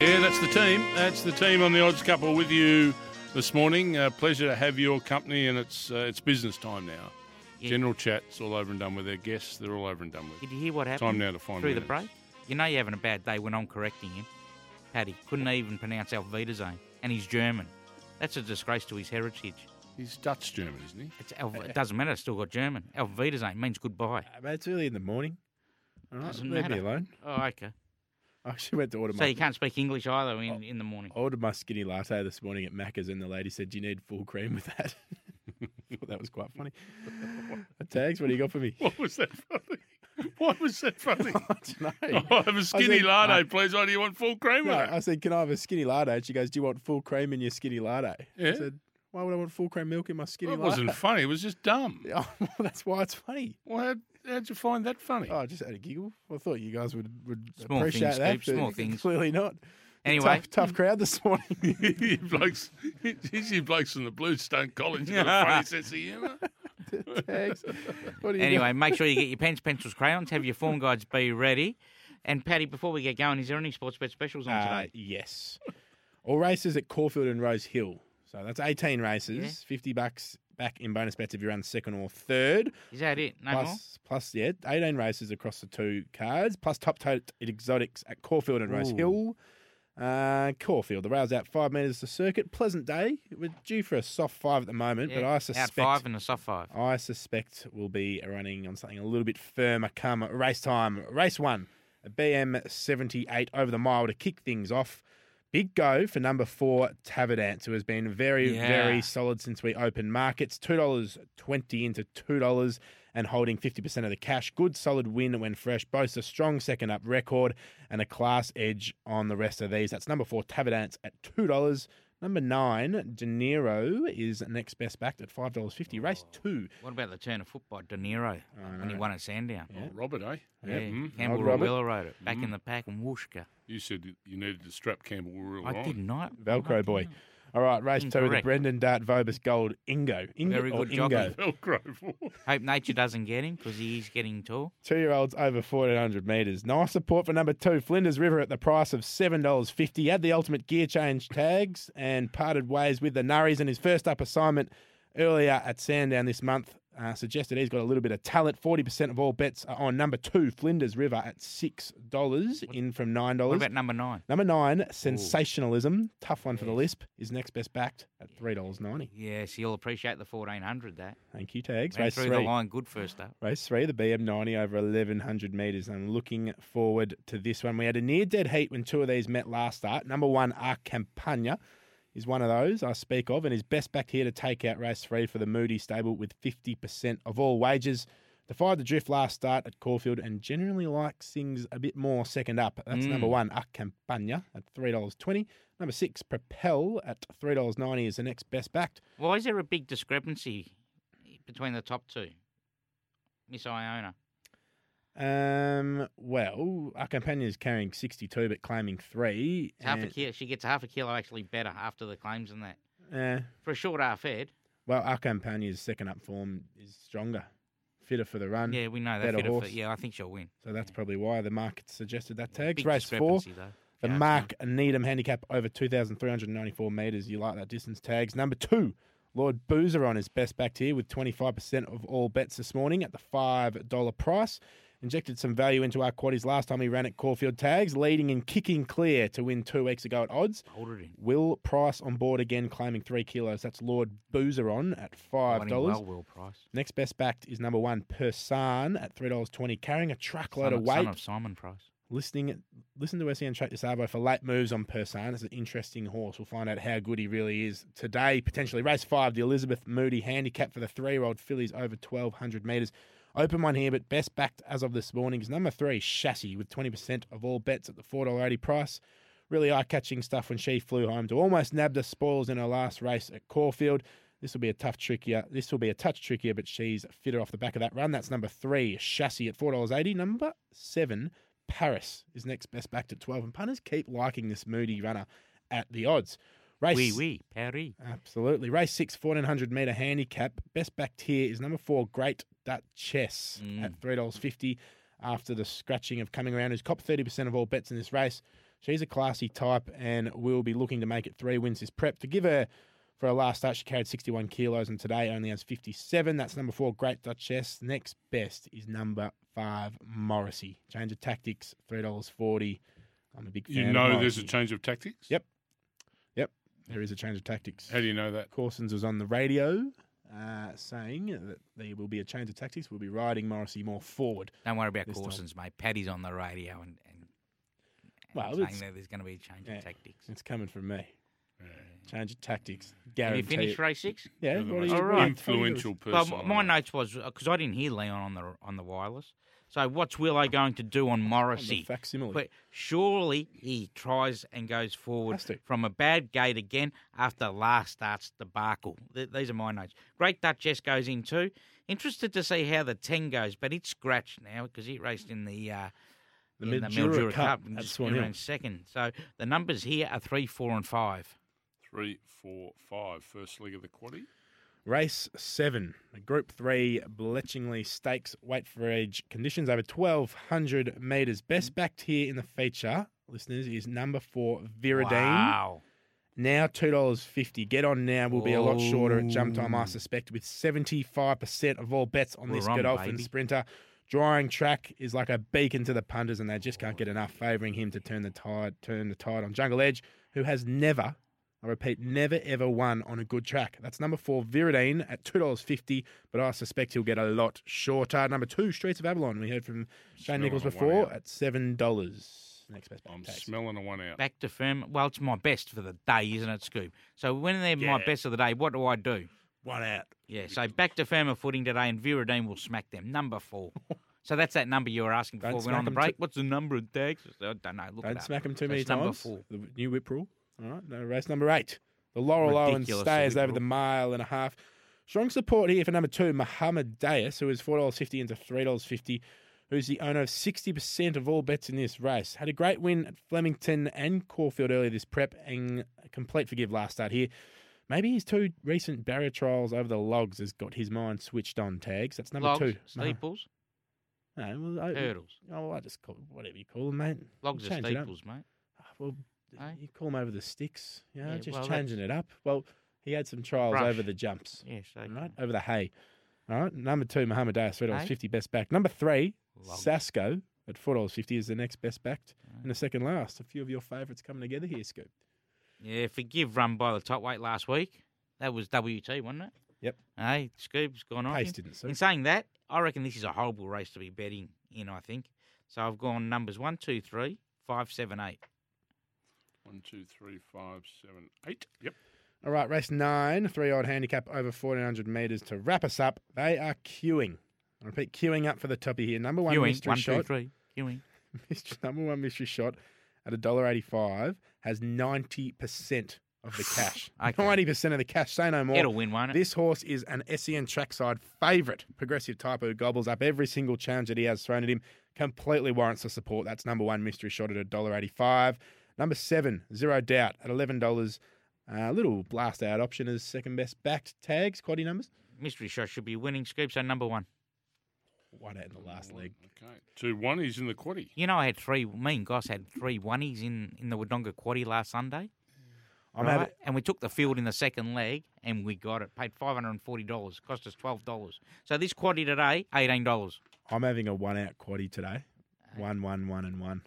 Speaker 2: Yeah, that's the team. That's the team on the odds couple with you this morning. Uh, pleasure to have your company, and it's uh, it's business time now.
Speaker 4: Yeah.
Speaker 2: General chat's all over and done with. Their guests, they're all over and done with.
Speaker 4: Did you hear what happened
Speaker 2: now to find
Speaker 4: through the
Speaker 2: winners.
Speaker 4: break? You know you're having a bad day when I'm correcting him. Paddy couldn't even pronounce Alviderzone, and he's German. That's a disgrace to his heritage.
Speaker 2: He's Dutch German, isn't he?
Speaker 4: It's Al- it doesn't matter. It's still got German. Alviderzone means goodbye.
Speaker 3: Uh, But it's early in the morning. All right,
Speaker 4: Doesn't
Speaker 3: leave me
Speaker 4: matter.
Speaker 3: alone.
Speaker 4: Oh, okay.
Speaker 3: I actually went to order
Speaker 4: So
Speaker 3: my,
Speaker 4: you can't speak English either
Speaker 3: Oh.
Speaker 4: in, in the morning.
Speaker 3: I ordered my skinny latte this morning at Macca's, and the lady said, Do you need full cream with that? Thought that was quite funny. Tags, what do you got for me?
Speaker 2: What was that funny? What was that funny?
Speaker 3: I don't know.
Speaker 2: Oh, I have a skinny
Speaker 3: said-
Speaker 4: uh,
Speaker 2: latte, please. Oh, do you want full cream?
Speaker 3: No,
Speaker 2: with it?
Speaker 3: I said, "Can I have a skinny latte?" And she goes, "Do you want full cream in your skinny latte?"
Speaker 2: Yeah.
Speaker 3: I said, "Why would I want full cream milk in my skinny
Speaker 2: It
Speaker 3: latte?"
Speaker 2: wasn't funny. It was just dumb.
Speaker 3: Oh, well, that's why it's funny.
Speaker 2: Well, how, how'd you find that funny?
Speaker 3: Oh, I just had a giggle. I thought you guys would would
Speaker 4: Small
Speaker 3: appreciate
Speaker 4: things,
Speaker 3: that.
Speaker 4: Steve, small
Speaker 3: but
Speaker 4: things.
Speaker 3: Clearly not.
Speaker 4: Anyway,
Speaker 3: tough, tough crowd this morning.
Speaker 2: you blokes, geez, you blokes from the Bluestone College. You got a funny sense of humour.
Speaker 3: Thanks. What do you
Speaker 4: anyway, make sure you get your pens, pencils, crayons. Have your form guides be ready. And Paddy, before we get going, is there any sports bet specials on
Speaker 3: got? Uh,
Speaker 4: today?
Speaker 3: yes. All races at Caulfield and Rose Hill. So that's eighteen races. Fifty bucks back in bonus bets if you run second or third.
Speaker 4: Is that it? No more.
Speaker 3: plus, plus, yeah, 18 races across the two cards, plus top tote at exotics at Caulfield and Rose Hill. Uh, Caulfield, the rail's out five metres to circuit. Pleasant day. We're due for a soft five at the moment, but
Speaker 4: Yeah,
Speaker 3: I
Speaker 4: out five
Speaker 3: suspect
Speaker 4: and a soft five.
Speaker 3: I suspect we'll be running on something a little bit firmer come race time. Race one, a BM 78 over the mile to kick things off. Big go for number four, Taverdance, who has been very,
Speaker 4: Yeah.
Speaker 3: very solid since we opened markets. $2.20 into $2 and holding 50% of the cash. Good solid win when fresh. Boasts a strong second up record and a class edge on the rest of these. That's number four, Taverdance at $2. Number nine, De Niro is next best backed at $5.50. Race
Speaker 4: Oh.
Speaker 3: two.
Speaker 4: What about the turn of foot by De Niro when he won at Sandown?
Speaker 2: Oh, Robert, eh?
Speaker 4: Yeah,
Speaker 2: Mm.
Speaker 4: Campbell
Speaker 3: Mm-hmm. Old Robert. Mm-hmm.
Speaker 4: Rowella wrote it back in the pack and Wooshka.
Speaker 2: You said that you needed to strap Campbell Rule
Speaker 4: I
Speaker 2: on.
Speaker 4: did not.
Speaker 3: Velcro boy. All right, race two, the
Speaker 4: Incorrect.
Speaker 3: Brendan Dart Vobus Gold Ingo. Ingo
Speaker 4: Very
Speaker 3: or
Speaker 4: good
Speaker 3: Ingo.
Speaker 4: jockey.
Speaker 2: Velcro for.
Speaker 4: Hope nature doesn't get him because he is getting tall.
Speaker 3: Two year olds over 1400 metres. Nice support for number two, Flinders River at the price of $7.50. Had the ultimate gear change tags and parted ways with the Nurries in his first up assignment earlier at Sandown this month. Uh, suggested he's got a little bit of talent. 40% of all bets are on number two, Flinders River at $6, in from $9.
Speaker 4: What about number nine?
Speaker 3: Number nine, sensationalism. Tough one for the Lisp. Is next best backed at three dollars ninety.
Speaker 4: Yes, he'll appreciate the 1400 that.
Speaker 3: Thank you, tags.
Speaker 4: Ran
Speaker 3: Race
Speaker 4: through
Speaker 3: three.
Speaker 4: the line good first up.
Speaker 3: Race three, the BM ninety over eleven hundred meters. I'm looking forward to this one. We had a near dead heat when two of these met last start. Number one, Arc Campagna, is one of those I speak of, and is best backed here to take out race three for the Moody stable with fifty percent of all wages. Defied the drift last start at Caulfield and generally likes things a bit more second up. That's
Speaker 4: Mm.
Speaker 3: number one, Arc Campagna at three dollars twenty. Number six, Propel at three dollars ninety is the next best backed.
Speaker 4: Why is there a big discrepancy between the top two? Miss Iona.
Speaker 3: Um. Well, our companion is carrying sixty-two, but claiming three.
Speaker 4: It's half a
Speaker 3: and-
Speaker 4: kilo. She gets half a kilo actually better after the claims than that.
Speaker 3: Uh,
Speaker 4: For a short half head.
Speaker 3: well, our companion's second up form is stronger, fitter for the run.
Speaker 4: Yeah, we know that.
Speaker 3: better
Speaker 4: Fit her for-
Speaker 3: horse.
Speaker 4: Yeah, I think she'll win.
Speaker 3: So that's probably why the market suggested that tags.
Speaker 4: Big
Speaker 3: Race four,
Speaker 4: discrepancy though.
Speaker 3: the
Speaker 4: Yeah,
Speaker 3: Mark Needham handicap over two thousand three hundred ninety-four meters. You like that distance tags? Number two. Lord Boozeron is best backed here with 25% of all bets this morning at the $5 price. Injected some value into our quaddies last time he ran at Caulfield Tags, leading and kicking clear to win two weeks ago at odds.
Speaker 4: Hold it in.
Speaker 3: Will Price on board again, claiming three kilos. That's Lord Boozeron at five
Speaker 4: Fighting
Speaker 3: dollars.
Speaker 4: Well, Will Price.
Speaker 3: Next best backed is number one Persan at three dollars twenty, carrying a
Speaker 4: Son
Speaker 3: truckload of
Speaker 4: of-
Speaker 3: weight.
Speaker 4: Son of Simon Price.
Speaker 3: listening listen to SEN Track to Savo for late moves on Persan. It's an interesting horse. We'll find out how good he really is today. Potentially race five, the Elizabeth Moody handicap for the three-year-old fillies over twelve hundred meters. Open one here, but best backed as of this morning is number three, Chassis, with twenty percent of all bets at the four dollar eighty price. Really eye-catching stuff when she flew home to almost nab the spoils in her last race at Caulfield. This will be a tough trickier. This will be a touch trickier, but she's fitter off the back of that run. That's number three, Chassis at four dollars eighty. Number seven, Paris is next best backed at 12. And punters keep liking this moody runner at the odds. Race,
Speaker 4: Wee wee, Paris.
Speaker 3: Absolutely. Race six, 1400 metre handicap. Best backed here is number four, Great Duchess
Speaker 4: Mm.
Speaker 3: at $3.50 after the scratching of coming around, who's copped 30% of all bets in this race. She's a classy type and will be looking to make it three wins this prep. To give her for her last start, she carried 61 kilos and today only has 57. That's number four, Great Duchess. Next best is number five, Morrissey. Change of tactics, $3.40. I'm a big fan.
Speaker 2: You
Speaker 3: of
Speaker 2: know there's a
Speaker 3: Morrissey.
Speaker 2: change of tactics?
Speaker 3: Yep. Yep. There is a change of tactics.
Speaker 2: How do you know that?
Speaker 3: Corson's was on the radio uh, saying that there will be a change of tactics. We'll be riding Morrissey more forward.
Speaker 4: Don't worry about
Speaker 3: This time.
Speaker 4: Corson's, mate. Paddy's on the radio and, and, and
Speaker 3: Well, it's-
Speaker 4: saying that there's going to be a change
Speaker 3: Yeah.
Speaker 4: of tactics.
Speaker 3: It's coming from me. Change of tactics.
Speaker 4: Have
Speaker 3: Guarantee.
Speaker 4: you finished
Speaker 3: it.
Speaker 4: race six?
Speaker 3: yeah.
Speaker 2: You're the
Speaker 3: What are
Speaker 2: most
Speaker 3: you,
Speaker 4: All
Speaker 3: what are you-
Speaker 4: right.
Speaker 2: influential
Speaker 4: Well,
Speaker 2: person.
Speaker 4: m-
Speaker 2: on
Speaker 4: my
Speaker 2: that.
Speaker 4: notes was because I didn't hear Leon on the on the wireless. So what's Willow going to do on
Speaker 3: on the
Speaker 4: Morrissey?
Speaker 3: facsimile.
Speaker 4: But surely he tries and goes forward
Speaker 3: Has to.
Speaker 4: from a bad gate again after last start's debacle. Th- these are my notes. Great Duchess goes in too. Interested to see how the 10 goes, but it's scratched now because it raced in the, uh, in
Speaker 3: the
Speaker 4: the
Speaker 3: Mildura
Speaker 4: Mildura
Speaker 3: Cup.
Speaker 4: Cup and
Speaker 3: at
Speaker 4: just
Speaker 3: Swan Hill.
Speaker 4: ran second. So the numbers here are 3, 4 and 5.
Speaker 2: Three, four, five. First leg of the quaddy.
Speaker 3: Race seven, Group Three, Bletchingley Stakes Weight for Age conditions over twelve hundred meters. Best backed here in the feature, listeners, is number four Viridine.
Speaker 4: Wow.
Speaker 3: Now two dollars fifty. Get on now. We'll be a lot shorter at jump time, I
Speaker 4: Oh.
Speaker 3: suspect, with seventy five percent of all bets on this
Speaker 4: We're on,
Speaker 3: Godolphin
Speaker 4: baby.
Speaker 3: sprinter. Drawing track is like a beacon to the punters, and they just can't get enough favouring him to turn the tide. Turn the tide on Jungle Edge, who has never, I repeat, never ever won on a good track. That's number four Viridine at two dollars fifty, but I suspect he'll get a lot shorter. Number two Streets of Avalon. We heard from Shane
Speaker 2: Smelling
Speaker 3: Nichols
Speaker 2: a one
Speaker 3: before
Speaker 2: out.
Speaker 3: at seven dollars. Next best. bet,
Speaker 2: I'm
Speaker 3: Taze.
Speaker 2: smelling a one out.
Speaker 4: Back to firm. Well, it's my best for the day, isn't it, Scoop? So when they're my
Speaker 3: Yeah.
Speaker 4: best of the day, what do I do?
Speaker 3: One out.
Speaker 4: Yeah, so back to firmer footing today, and Viridine will smack them. Number four. so that's that number you were asking
Speaker 3: Don't
Speaker 4: before we went
Speaker 3: smack
Speaker 4: on the
Speaker 3: 'em
Speaker 4: break.
Speaker 3: too-
Speaker 4: What's the number of tags? I don't know. Look it
Speaker 3: Don't
Speaker 4: up.
Speaker 3: smack him too
Speaker 4: So
Speaker 3: many
Speaker 4: it's number
Speaker 3: times.
Speaker 4: four.
Speaker 3: The new whip rule. All right, no, race number eight. The Laurel Owen
Speaker 4: Ridiculous, the
Speaker 3: stays
Speaker 4: whip
Speaker 3: over the
Speaker 4: rule.
Speaker 3: mile and a half. Strong support here for number two, Muhammad Dais, who is four dollars fifty into three dollars fifty, who's the owner of sixty percent of all bets in this race. Had a great win at Flemington and Caulfield earlier this prep, and a complete forgive last start here. Maybe his two recent barrier trials over the logs has got his mind switched on tags. That's number
Speaker 4: Logs,
Speaker 3: two. Muha-
Speaker 4: steeples,
Speaker 3: No, well, I,
Speaker 4: hurdles.
Speaker 3: oh, well, I just call it whatever you call them, mate.
Speaker 4: Logs are
Speaker 3: Change it up.
Speaker 4: steeples, mate.
Speaker 3: Ah, Well,
Speaker 4: Eh?
Speaker 3: you call him over the sticks. You know,
Speaker 4: Yeah,
Speaker 3: just
Speaker 4: well,
Speaker 3: changing it up. Well, he had some trials
Speaker 4: Brush.
Speaker 3: over the jumps,
Speaker 4: Yes, okay.
Speaker 3: right? Over the hay. All right. Number two, Muhammad Dias, three dollars
Speaker 4: Eh?
Speaker 3: fifty best back. Number three,
Speaker 4: Logs.
Speaker 3: Sasco at four dollars fifty is the next best backed, and the second last. A few of your favourites coming together here, Scoop.
Speaker 4: Yeah, forgive run by the top weight last week. That was WT, wasn't it?
Speaker 3: Yep.
Speaker 4: Hey, Scoob's gone off.
Speaker 3: Pace
Speaker 4: him.
Speaker 3: didn't
Speaker 4: In
Speaker 3: suit.
Speaker 4: saying that, I reckon this is a horrible race to be betting in, I think. So I've gone numbers one, two, three, five, seven, eight.
Speaker 2: One, two, three, five, seven, eight. Yep.
Speaker 3: All right, race nine, three odd handicap over fourteen hundred metres to wrap us up. They are queuing. I repeat, queuing up for the toppy here. Number one
Speaker 4: Ewing,
Speaker 3: mystery
Speaker 4: one, two,
Speaker 3: shot.
Speaker 4: three. Ewing.
Speaker 3: Mystery- number one mystery shot at a dollar eighty-five has ninety percent of the cash.
Speaker 4: Okay.
Speaker 3: Ninety percent of the cash. Say no more.
Speaker 4: It'll win, won't it?
Speaker 3: This horse is an SEN trackside favourite. Progressive type who gobbles up every single challenge that he has thrown at him. Completely warrants the support. That's number one mystery shot at $1.85. Number seven, Zero Doubt at $11. A little blast out option as second best backed tags, quaddy numbers.
Speaker 4: Mystery shot should be winning. Scoop's on number one.
Speaker 3: One out in the last leg.
Speaker 2: Okay. Two one. He's in the quaddy.
Speaker 4: You know, I had three. Me and Goss had three oneies in in the Wodonga Quaddy last Sunday,
Speaker 3: I'm
Speaker 4: right?
Speaker 3: having,
Speaker 4: and we took the field in the second leg, and we got it. Paid five hundred and forty dollars. Cost us twelve dollars. So this Quaddy today, eighteen dollars.
Speaker 3: I'm having a one out quaddy today. One, one, one, and one,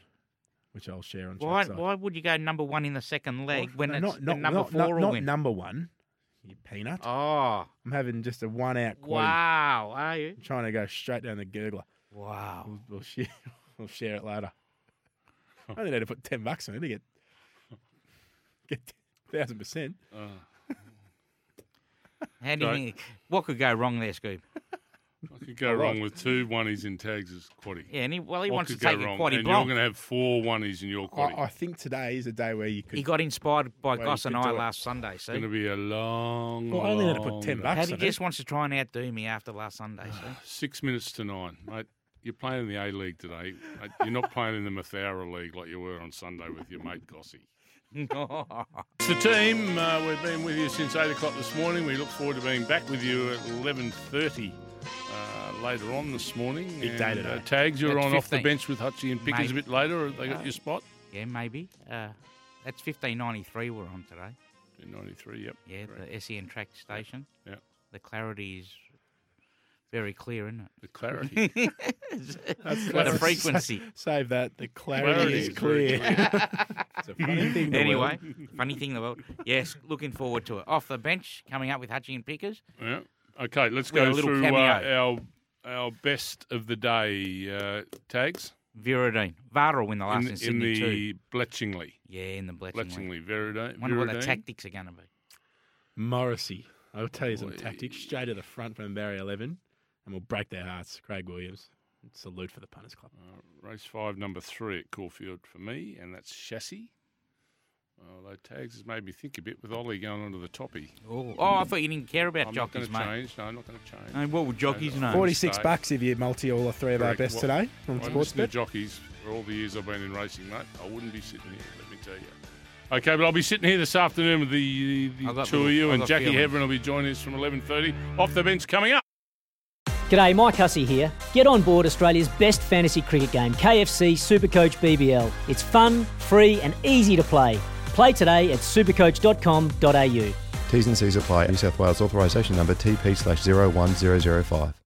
Speaker 3: which I'll share on
Speaker 4: Why?
Speaker 3: trackside.
Speaker 4: Why would you go number one in the second leg when
Speaker 3: No,
Speaker 4: it's
Speaker 3: not,
Speaker 4: the
Speaker 3: not,
Speaker 4: number
Speaker 3: not,
Speaker 4: four
Speaker 3: not,
Speaker 4: will
Speaker 3: not
Speaker 4: win?
Speaker 3: number one, you peanut.
Speaker 4: oh,
Speaker 3: I'm having just a one out quaddy.
Speaker 4: wow! Are you?
Speaker 3: I'm trying to go straight down the gurgler.
Speaker 4: Wow!
Speaker 3: We'll, we'll share. We'll share it later. I only need to put ten bucks on it to get get thousand percent.
Speaker 4: How do you
Speaker 2: Right.
Speaker 4: think? What could go wrong there, Scoop?
Speaker 2: I could go wrong with two oneies in tags as quaddy.
Speaker 4: Yeah, and he, well, he
Speaker 2: What
Speaker 4: wants to
Speaker 2: could go
Speaker 4: take a
Speaker 2: wrong?
Speaker 4: quaddy
Speaker 2: And you're
Speaker 4: block.
Speaker 2: going to have four oneies in your
Speaker 3: I,
Speaker 2: quaddy.
Speaker 3: I think today is a day where you could.
Speaker 4: He got inspired by
Speaker 3: Well,
Speaker 4: Goss
Speaker 3: you
Speaker 4: and
Speaker 3: could
Speaker 4: I
Speaker 3: do it.
Speaker 4: last Sunday.
Speaker 2: it's going to
Speaker 4: See,
Speaker 2: be a long.
Speaker 3: Well, I only had to put
Speaker 4: Oh.
Speaker 2: long
Speaker 3: 10
Speaker 2: day.
Speaker 3: bucks.
Speaker 4: Paddy
Speaker 3: Sunday.
Speaker 4: just wants to try and outdo me after last Sunday. See,
Speaker 2: Six minutes to nine, mate. You're playing in the A League today. Mate, You're not playing in the Mathoura League like you were on Sunday with your mate Gossy. It's the team. Uh, we've been with you since eight o'clock this morning. We look forward to being back with you at eleven thirty uh, later on this morning.
Speaker 3: Big day
Speaker 2: And,
Speaker 3: today.
Speaker 2: Uh, tags, you're
Speaker 4: That's
Speaker 2: on off the
Speaker 4: 15.
Speaker 2: bench with Hutchie and Pickers
Speaker 4: Mate.
Speaker 2: a bit later. Have They
Speaker 3: Uh,
Speaker 2: got
Speaker 4: Oh.
Speaker 2: your spot.
Speaker 4: yeah, maybe. Uh, that's fifteen ninety three. We're on today.
Speaker 2: Ninety three. Yep.
Speaker 4: Yeah,
Speaker 2: Correct.
Speaker 4: the SEN track station.
Speaker 2: Yeah.
Speaker 4: The clarity is very clear, isn't it?
Speaker 2: The clarity.
Speaker 4: What a
Speaker 3: That's-
Speaker 4: frequency.
Speaker 3: Save that. The clarity,
Speaker 2: Clarity
Speaker 3: is
Speaker 2: is very
Speaker 3: clear. it's a funny thing. the world.
Speaker 4: anyway, funny thing in the world. Yes, looking forward to it. Off the bench, coming up with Hutchie and Pickers.
Speaker 2: yeah. Okay. Let's
Speaker 4: With a
Speaker 2: go
Speaker 4: little
Speaker 2: through uh, our
Speaker 4: cameo.
Speaker 2: our best of the day uh, tags
Speaker 4: Viridine. Vara will win the last in,
Speaker 2: in, in
Speaker 4: Sydney too.
Speaker 2: the Bletchingley.
Speaker 4: Yeah, in the Bletchingly.
Speaker 2: Bletchingley. Veridane.
Speaker 4: Wonder what the
Speaker 2: Veridane.
Speaker 4: tactics are going to be.
Speaker 3: Morrissey. I'll tell you some
Speaker 2: Oi.
Speaker 3: tactics straight to the front from Barry 11, and we'll break their hearts. Craig Williams. Salute for the Punters Club.
Speaker 2: Race five, number three at Caulfield for me, and that's chassis. Although tags has made me think a bit with Ollie going onto the toppy.
Speaker 4: Oh, I thought you didn't care about
Speaker 2: I'm not going
Speaker 4: jockeys,
Speaker 2: to
Speaker 4: mate.
Speaker 2: change. No, I'm not going to change. Uh,
Speaker 4: Hey, what would jockeys know?
Speaker 2: Forty-
Speaker 3: 46
Speaker 2: Mistake.
Speaker 3: bucks if you multi all the three of our
Speaker 2: Correct.
Speaker 3: best
Speaker 2: What-
Speaker 3: today on
Speaker 2: I listen to
Speaker 3: Sportsbet.
Speaker 2: jockeys for all the years I've been in racing, mate. I wouldn't be sitting here, let me tell you. Okay, but I'll be sitting here this afternoon with the, the
Speaker 4: I've got
Speaker 2: two of
Speaker 4: little-
Speaker 2: you,
Speaker 4: I've
Speaker 2: and
Speaker 4: got
Speaker 2: Jackie
Speaker 4: feelings.
Speaker 2: Heverin will be joining us from 11.30. Off the bench coming up.
Speaker 8: G'day, Mike Hussey here. Get on board Australia's best fantasy cricket game, KFC Supercoach BBL. It's fun, free, and easy to play. Play today at supercoach.com.au.
Speaker 9: T's and C's apply. New South Wales authorisation number TP slash 01005.